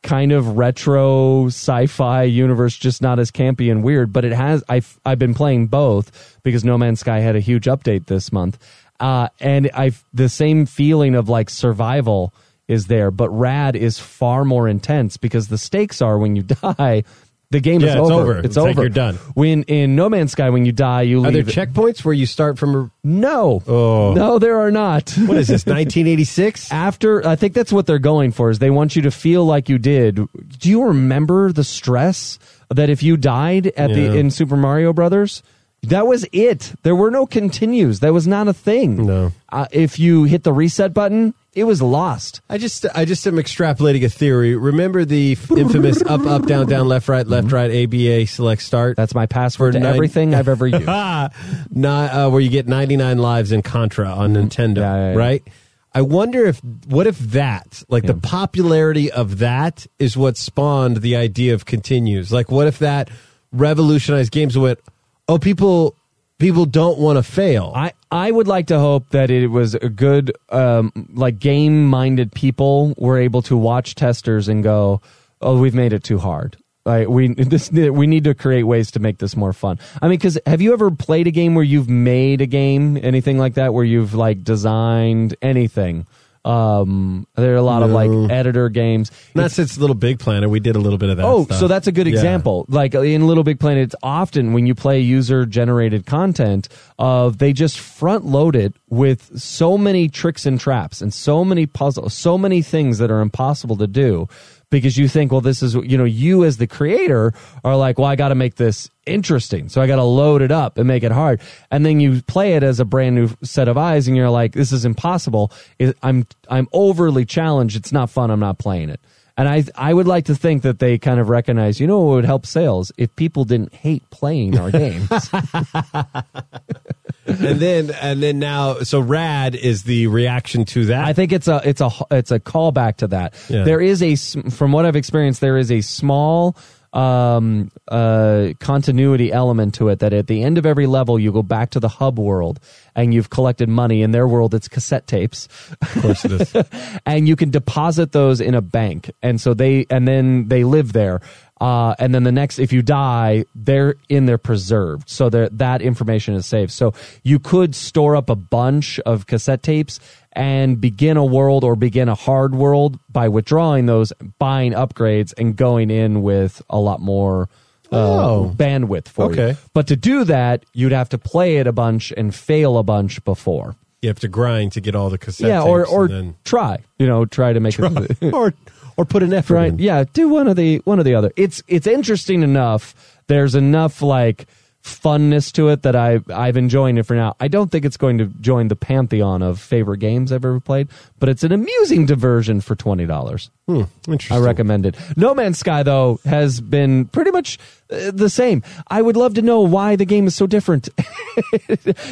Speaker 2: kind of retro sci-fi universe, just not as campy and weird. But it has. I've I've been playing both because No Man's Sky had a huge update this month, uh, and I the same feeling of like survival is there, but Rad is far more intense because the stakes are when you die. The game is
Speaker 4: Yeah, it's over.
Speaker 2: It's,
Speaker 4: It's
Speaker 2: over.
Speaker 4: like you're done.
Speaker 2: When in No Man's Sky, when you die, you
Speaker 4: Are there
Speaker 2: leave.
Speaker 4: checkpoints where you start from?
Speaker 2: no,
Speaker 4: Oh.
Speaker 2: no, there are not.
Speaker 4: What is this? 1986.
Speaker 2: After, I think that's what they're going for. Is they want you to feel like you did. Do you remember the stress that if you died at
Speaker 4: Yeah.
Speaker 2: the in Super Mario Brothers, that was it. There were no continues. That was not a thing.
Speaker 4: No.
Speaker 2: Uh, if you hit the reset button, it was lost.
Speaker 4: I just I just am extrapolating a theory. Remember the f- infamous up up down down left right
Speaker 2: Mm-hmm.
Speaker 4: left right ABA select start.
Speaker 2: That's my password
Speaker 4: For
Speaker 2: to
Speaker 4: nine-
Speaker 2: everything I've ever used.
Speaker 4: Ah, not, uh, where you get 99 lives in Contra on
Speaker 2: Mm-hmm.
Speaker 4: Nintendo,
Speaker 2: Yeah, yeah, yeah.
Speaker 4: right? I wonder if what if that, like the popularity of that, is what spawned the idea of continues. Like, what if that revolutionized games? and Went, oh, people, people don't want to fail.
Speaker 2: I, I would like to hope that it was a good, um, like game minded people were able to watch testers and go, oh, we've made it too hard. Like we this we need to create ways to make this more fun. I mean, because have you ever played a game where you've made a game, anything like that, where you've like designed anything? Um, there are a lot of like editor games.
Speaker 4: Not since Little Big Planet, we did a little bit of that.
Speaker 2: Oh,
Speaker 4: stuff.
Speaker 2: so that's a good
Speaker 4: Yeah.
Speaker 2: example. Like in Little Big Planet, it's often when you play user generated content of they just front load it with so many tricks and traps and so many puzzles, so many things that are impossible to do because you think, well, this is you know, you as the creator are like, well, I got to make this interesting, so I got to load it up and make it hard, and then you play it as a brand new set of eyes, and you're like, this is impossible. It- I'm I'm overly challenged. It's not fun. I'm not playing it. And I I would like to think that they kind of recognize, you know, what would help sales if people didn't hate playing our games.
Speaker 4: and then and then now, so Rad is the reaction to that.
Speaker 2: I think it's a it's a it's a callback to that.
Speaker 4: Yeah.
Speaker 2: There is a s- from what I've experienced, there is a small um, uh, continuity element to it that at the end of every level you go back to the hub world and you've collected money. In their world, it's cassette tapes. Of
Speaker 10: course it is.
Speaker 2: and you can deposit those in a bank, and so they and then they live there. Uh, and then the next, if you die, they're in there preserved, so that that information is saved. So you could store up a bunch of cassette tapes and begin a world or begin a hard world by withdrawing those, buying upgrades, and going in with a lot more uh,
Speaker 10: Oh.
Speaker 2: bandwidth for you.
Speaker 10: Okay.
Speaker 2: But to do that, you'd have to play it a bunch and fail a bunch before.
Speaker 10: You have to grind to get all the cassette
Speaker 2: yeah, or
Speaker 10: tapes
Speaker 2: or
Speaker 10: and then-
Speaker 2: try, you know, try to make it
Speaker 10: or or put an effort
Speaker 2: right. Yeah, do one of the one of the other. It's it's interesting enough. There's enough like funness to it that I I've enjoying it for now. I don't think it's going to join the pantheon of favorite games I've ever played, but it's an amusing diversion for twenty dollars.
Speaker 10: Hmm, interesting.
Speaker 2: I recommend it. No Man's Sky though has been pretty much uh, the same. I would love to know why the game is so different.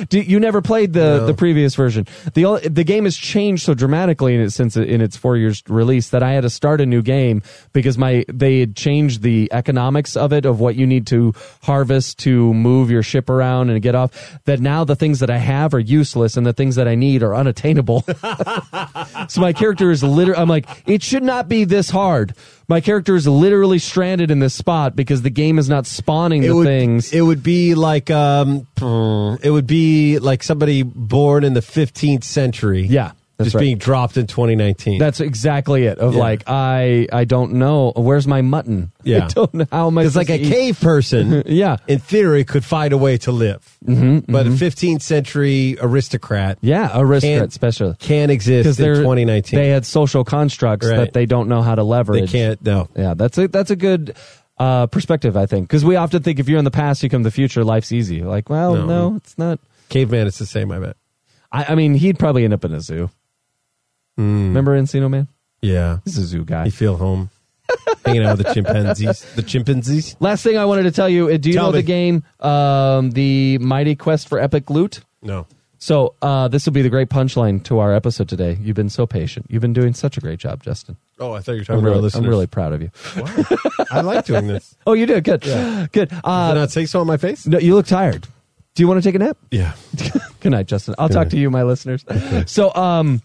Speaker 2: Do, you never played the the previous version. the ol- The game has changed so dramatically in its since in its four years release that I had to start a new game because my they had changed the economics of it of what you need to harvest to move your ship around and get off. That now the things that I have are useless and the things that I need are unattainable. so my character is literally i'm like it should not be this hard my character is literally stranded in this spot because the game is not spawning
Speaker 10: It
Speaker 2: the
Speaker 10: would,
Speaker 2: thing
Speaker 10: it would be like um, it would be like somebody born in the 15th century. Yeah,
Speaker 2: that's
Speaker 10: just
Speaker 2: right.
Speaker 10: being dropped in 2019.
Speaker 2: that's exactly it of
Speaker 10: Yeah.
Speaker 2: like i i don't know where's my mutton
Speaker 10: Yeah.
Speaker 2: i don't know how am i
Speaker 10: Because like a
Speaker 2: supposed to eat-
Speaker 10: cave person,
Speaker 2: yeah,
Speaker 10: in theory could find a way to live, mm-hmm, but a 15th century aristocrat,
Speaker 2: yeah aristocrat
Speaker 10: can't-
Speaker 2: special
Speaker 10: can't exist in
Speaker 2: they're-
Speaker 10: 2019.
Speaker 2: They had social constructs
Speaker 10: Right.
Speaker 2: that they don't know how to leverage.
Speaker 10: They can't, no.
Speaker 2: Yeah, that's a that's a good uh, perspective, I think, because we often think if you're in the past, you come to the future, life's easy. Like, well,
Speaker 10: No.
Speaker 2: no, it's not.
Speaker 10: Caveman is the same, I bet.
Speaker 2: I, I mean, he'd probably end up in a zoo.
Speaker 10: Hmm.
Speaker 2: Remember Encino Man?
Speaker 10: Yeah,
Speaker 2: he's a zoo guy.
Speaker 10: You feel home, hanging out with the chimpanzees. The chimpanzees.
Speaker 2: Last thing I wanted to tell you, uh, do you
Speaker 10: Tell
Speaker 2: know
Speaker 10: me.
Speaker 2: the game, um, the Mighty Quest for Epic Loot?
Speaker 10: No.
Speaker 2: So uh, this will be the great punchline to our episode today. You've been so patient. You've been doing such a great job, Justin.
Speaker 10: Oh, I thought you were talking
Speaker 2: I'm
Speaker 10: about our
Speaker 2: really, I'm
Speaker 10: listeners.
Speaker 2: really proud of you.
Speaker 10: I like doing this.
Speaker 2: Oh, you did good,
Speaker 10: Yeah.
Speaker 2: good. Uh,
Speaker 10: Did I not say so on my face?
Speaker 2: No, you look tired. Do you want to take a nap?
Speaker 10: Yeah.
Speaker 2: Good night, Justin. I'll
Speaker 10: Good
Speaker 2: talk
Speaker 10: night.
Speaker 2: to you, my listeners. So, um,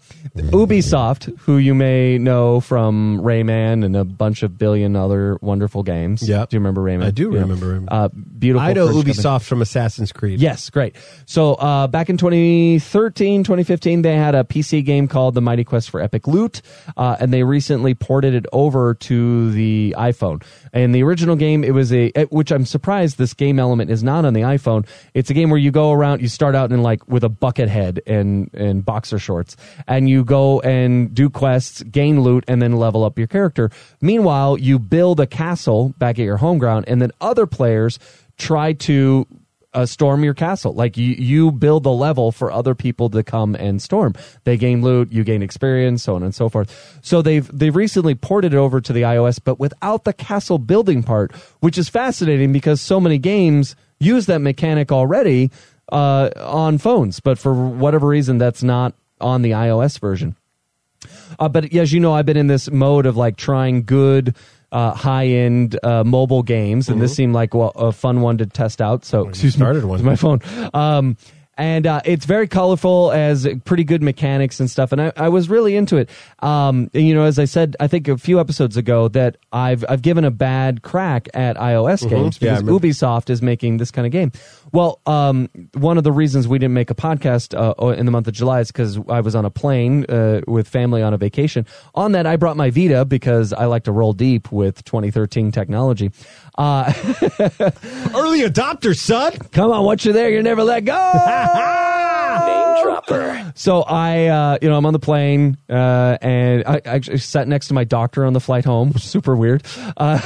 Speaker 2: Ubisoft, who you may know from Rayman and a bunch of billion other wonderful games.
Speaker 10: Yep.
Speaker 2: Do you remember Rayman?
Speaker 10: I do
Speaker 2: Yeah.
Speaker 10: remember Rayman.
Speaker 2: Uh, beautiful.
Speaker 10: I know
Speaker 2: French company.
Speaker 10: Ubisoft from Assassin's Creed.
Speaker 2: Yes, great. So uh, back in 2013, 2015, they had a PC game called The Mighty Quest for Epic Loot, uh, and they recently ported it over to the iPhone. And the original game, it was a, eh, which I'm surprised this game element is not on the iPhone. It's a game where you go around, you start out in like with a bucket head and and boxer shorts, and you go and do quests, gain loot, and then level up your character. Meanwhile, you build a castle back at your home ground, and then other players try to uh, storm your castle. Like you, you build the level for other people to come and storm. They gain loot, you gain experience, so on and so forth. So they've they've recently ported it over to the iOS, but without the castle building part, which is fascinating because so many games use that mechanic already uh, on phones. But for whatever reason, that's not on the iOS version. Uh, but as you know, I've been in this mode of like trying good, uh, high end uh, mobile games, and this seemed like well, a fun one to test out. So, excuse
Speaker 10: Mm-hmm. started
Speaker 2: me,
Speaker 10: one.
Speaker 2: it's my phone. Um, and uh, it's very colorful, as pretty good mechanics and stuff. And I, I was really into it. Um, and, you know, as I said, I think a few episodes ago that I've I've given a bad crack at iOS
Speaker 10: Mhm.
Speaker 2: games
Speaker 10: Yeah, I
Speaker 2: because
Speaker 10: remember.
Speaker 2: Ubisoft is making this kind of game. Well, um, one of the reasons we didn't make a podcast uh, in the month of July is because I was on a plane uh, with family on a vacation. On that, I brought my Vita because I like to roll deep with 2013 technology. Uh,
Speaker 10: Early adopter, son.
Speaker 2: Come on, once you're there, you never let go. Name dropper. So I, uh, you know, I'm on the plane, uh, and I, I actually sat next to my doctor on the flight home. Super weird. Uh,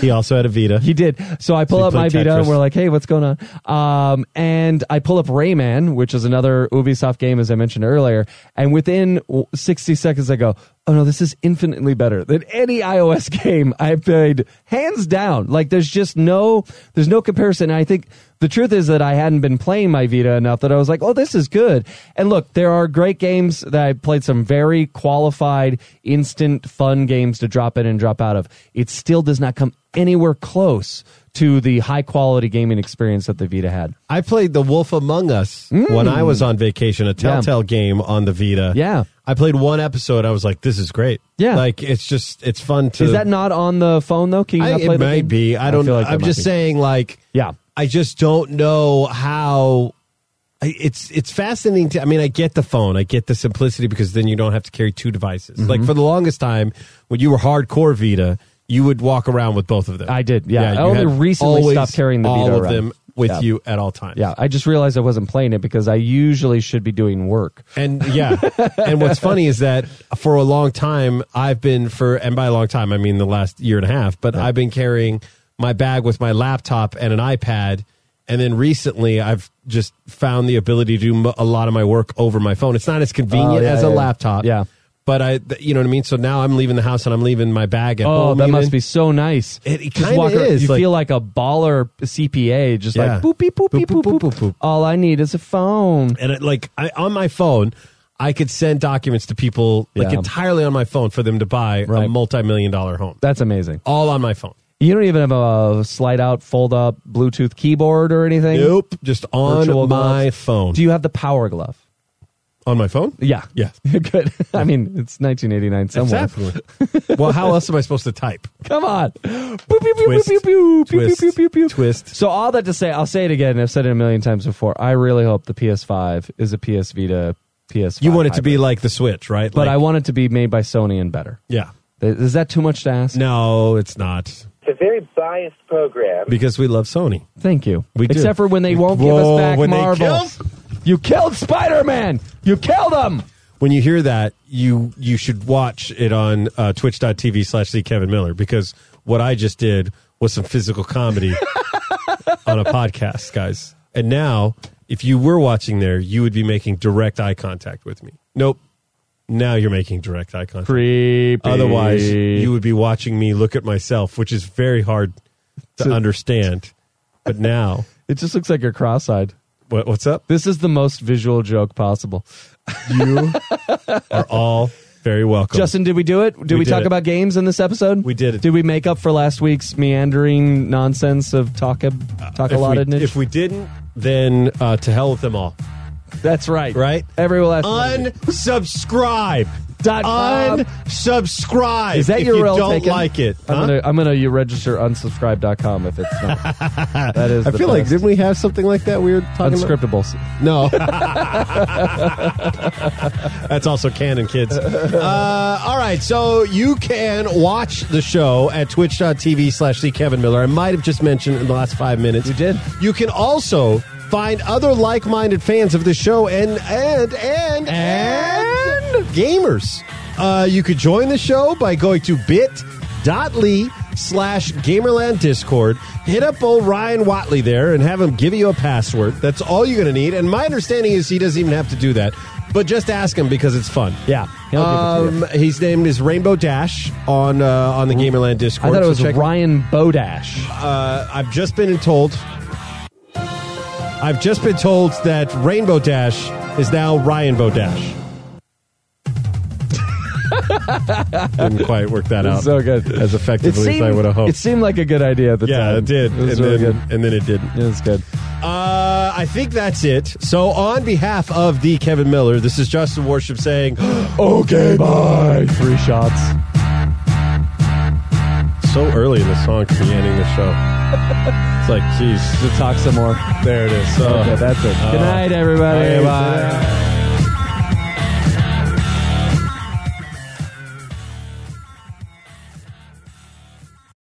Speaker 10: He also had a Vita.
Speaker 2: he did. So I pull
Speaker 10: So you
Speaker 2: up my
Speaker 10: played
Speaker 2: Vita, and
Speaker 10: Tetris.
Speaker 2: we're like, "Hey, what's going on?" Um, and I pull up Rayman, which is another Ubisoft game, as I mentioned earlier. And within w- 60 seconds, I go, oh no, this is infinitely better than any iOS game I've played, hands down. Like there's just no there's no comparison. I think the truth is that I hadn't been playing my Vita enough that I was like, oh, this is good. And look, there are great games that I played some very qualified, instant fun games to drop in and drop out of. It still does not come anywhere close to the high quality gaming experience that the Vita had.
Speaker 4: I played The Wolf Among Us
Speaker 10: Mm.
Speaker 4: when I was on vacation, a Telltale game on the Vita.
Speaker 2: Yeah.
Speaker 4: I played one episode. I was like, this is great.
Speaker 2: Yeah.
Speaker 4: Like, it's just, it's fun to.
Speaker 2: Is that not on the phone though? Can you
Speaker 4: I-
Speaker 2: not play
Speaker 4: it
Speaker 2: the
Speaker 4: might
Speaker 2: game?
Speaker 4: be. I don't
Speaker 2: feel
Speaker 4: know.
Speaker 2: like that
Speaker 4: I'm
Speaker 2: might
Speaker 4: just
Speaker 2: be.
Speaker 4: saying, like,
Speaker 2: yeah.
Speaker 4: I just don't know how. I- It's it's fascinating to. I mean, I get the phone. I get the simplicity because then you don't have to carry two devices. Like
Speaker 2: Mm-hmm.
Speaker 4: for the longest time, when you were hardcore Vita, you would walk around with both of them.
Speaker 2: I did. Yeah,
Speaker 4: you
Speaker 2: I only
Speaker 4: had
Speaker 2: recently
Speaker 4: always
Speaker 2: stopped carrying the
Speaker 4: all
Speaker 2: Vita
Speaker 4: of
Speaker 2: around.
Speaker 4: them with
Speaker 2: Yeah.
Speaker 4: you at all times.
Speaker 2: Yeah, I just realized I wasn't playing it because I usually should be doing work.
Speaker 4: And yeah, and what's funny is that for a long time I've been for, and by a long time I mean the last year and a half, but I've been carrying my bag with my laptop and an iPad, and then recently I've just found the ability to do mo- a lot of my work over my phone. It's not as convenient
Speaker 2: Oh, yeah,
Speaker 4: as a
Speaker 2: yeah, yeah.
Speaker 4: laptop,
Speaker 2: Yeah.
Speaker 4: But I, th- you know what I mean. So now I'm leaving the house and I'm leaving my bag at
Speaker 2: Oh,
Speaker 4: home.
Speaker 2: that
Speaker 4: even.
Speaker 2: must be so nice.
Speaker 4: It- it
Speaker 2: Just
Speaker 4: kinda
Speaker 2: walk around-
Speaker 4: is,
Speaker 2: You
Speaker 4: like-
Speaker 2: feel like a baller CPA, just
Speaker 4: Yeah.
Speaker 2: like boop beep boop beep boop boop, All I need is a phone.
Speaker 4: and it, like I, on my phone i could send documents to people like
Speaker 2: Yeah.
Speaker 4: entirely on my phone for them to buy a multi-million dollar home
Speaker 2: That's amazing.
Speaker 4: all on my phone
Speaker 2: You don't even have a slide out, fold up Bluetooth keyboard or anything.
Speaker 4: nope just on
Speaker 2: Virtual
Speaker 4: my
Speaker 2: gloves.
Speaker 4: phone
Speaker 2: Do you have the Power Glove?
Speaker 4: on my phone
Speaker 2: Yeah.
Speaker 4: yeah
Speaker 2: Good. I mean, it's 1989 somewhere.
Speaker 4: Exactly. well how else am i supposed to type
Speaker 2: Come on. Boop, boop, boop,
Speaker 4: Twist,
Speaker 2: boop, boop, boop,
Speaker 4: twist,
Speaker 2: boop, boop, boop, boop.
Speaker 4: twist.
Speaker 2: So all that to say, I'll say it again. and I've said it a million times before. I really hope the PS5 is a PS Vita, PS.
Speaker 4: you want it to be like the switch right
Speaker 2: but
Speaker 4: like,
Speaker 2: I want it to be made by Sony and better.
Speaker 4: yeah
Speaker 2: Th- Is that too much to ask?
Speaker 4: no it's not
Speaker 14: It's a very biased program.
Speaker 4: because we love sony
Speaker 2: Thank you.
Speaker 4: We do.
Speaker 2: Except for when they won't give
Speaker 4: Whoa,
Speaker 2: us back
Speaker 4: when they
Speaker 2: Marvel.
Speaker 4: killed-
Speaker 2: You killed Spider Man. You killed him.
Speaker 4: when you hear that you you should watch it on uh, twitch.tv slash the kevin miller because what i just did was some physical comedy on a podcast, guys. And now, if you were watching there, you would be making direct eye contact with me. Nope. Now you're making direct eye contact.
Speaker 2: Creepy.
Speaker 4: Otherwise, you would be watching me look at myself, which is very hard to
Speaker 2: So-
Speaker 4: understand. But now,
Speaker 2: It just looks like you're cross eyed.
Speaker 4: what, what's up?
Speaker 2: This is the most visual joke possible.
Speaker 4: You are all very welcome.
Speaker 2: Justin, did we do it? Did
Speaker 4: We
Speaker 2: we,
Speaker 4: did
Speaker 2: talk
Speaker 4: it.
Speaker 2: about games in this episode?
Speaker 4: We did it.
Speaker 2: Did we make up for last week's meandering nonsense of talk a talk a
Speaker 4: if
Speaker 2: lot
Speaker 4: we,
Speaker 2: of niche?
Speaker 4: if we didn't, then uh, to hell with them all.
Speaker 2: That's right.
Speaker 4: Right?
Speaker 2: Every last
Speaker 4: Unsubscribe.
Speaker 2: Dot com.
Speaker 4: Unsubscribe.
Speaker 2: Is that
Speaker 4: if
Speaker 2: your
Speaker 4: you
Speaker 2: URL
Speaker 4: don't
Speaker 2: taken?
Speaker 4: like it?
Speaker 2: I'm
Speaker 4: huh?
Speaker 2: gonna I'm gonna you register unsubscribe.com if it's not. that is.
Speaker 4: I
Speaker 2: the
Speaker 4: feel like
Speaker 2: best.
Speaker 4: didn't we have something like that? We were talking about?
Speaker 2: unscriptables.
Speaker 4: No, that's also canon, kids. Uh, all right, so you can watch the show at twitch.tv slash the Kevin Miller. I might have just mentioned in the last five minutes. You
Speaker 2: did.
Speaker 4: You can also find other like-minded fans of the show and and and and, gamers. Uh, you could join the show by going to bit.ly slash gamerland discord hit up old ryan watley there and have him give you a password that's all you're gonna need and my understanding is he doesn't even have to do that but just ask him because it's fun
Speaker 2: Yeah. he'll give it to you.
Speaker 4: um, his name is Rainbow Dash on uh, on the Gamerland Discord.
Speaker 2: I thought it
Speaker 4: So
Speaker 2: was
Speaker 4: check-
Speaker 2: Ryan Bodash.
Speaker 4: Uh, I've just been told. I've just been told that Rainbow Dash is now Ryan Bodash. Didn't quite work that out
Speaker 2: so good.
Speaker 4: as
Speaker 2: It
Speaker 4: effectively as I would have
Speaker 2: seemed,
Speaker 4: hoped.
Speaker 2: it seemed like a good idea at the time.
Speaker 4: yeah, it did,
Speaker 2: It was
Speaker 4: and
Speaker 2: really
Speaker 4: then
Speaker 2: good.
Speaker 4: and then it didn't.
Speaker 2: It was good.
Speaker 4: Uh, I think that's it. So, on behalf of the Kevin Miller, this is Justin Worship saying,
Speaker 2: Okay, bye. Three shots.
Speaker 4: so early in the song to be ending the show. It's like, geez,
Speaker 2: We'll talk some more.
Speaker 4: there it is. So,
Speaker 2: Okay, that's it. Good night, everybody.
Speaker 4: bye.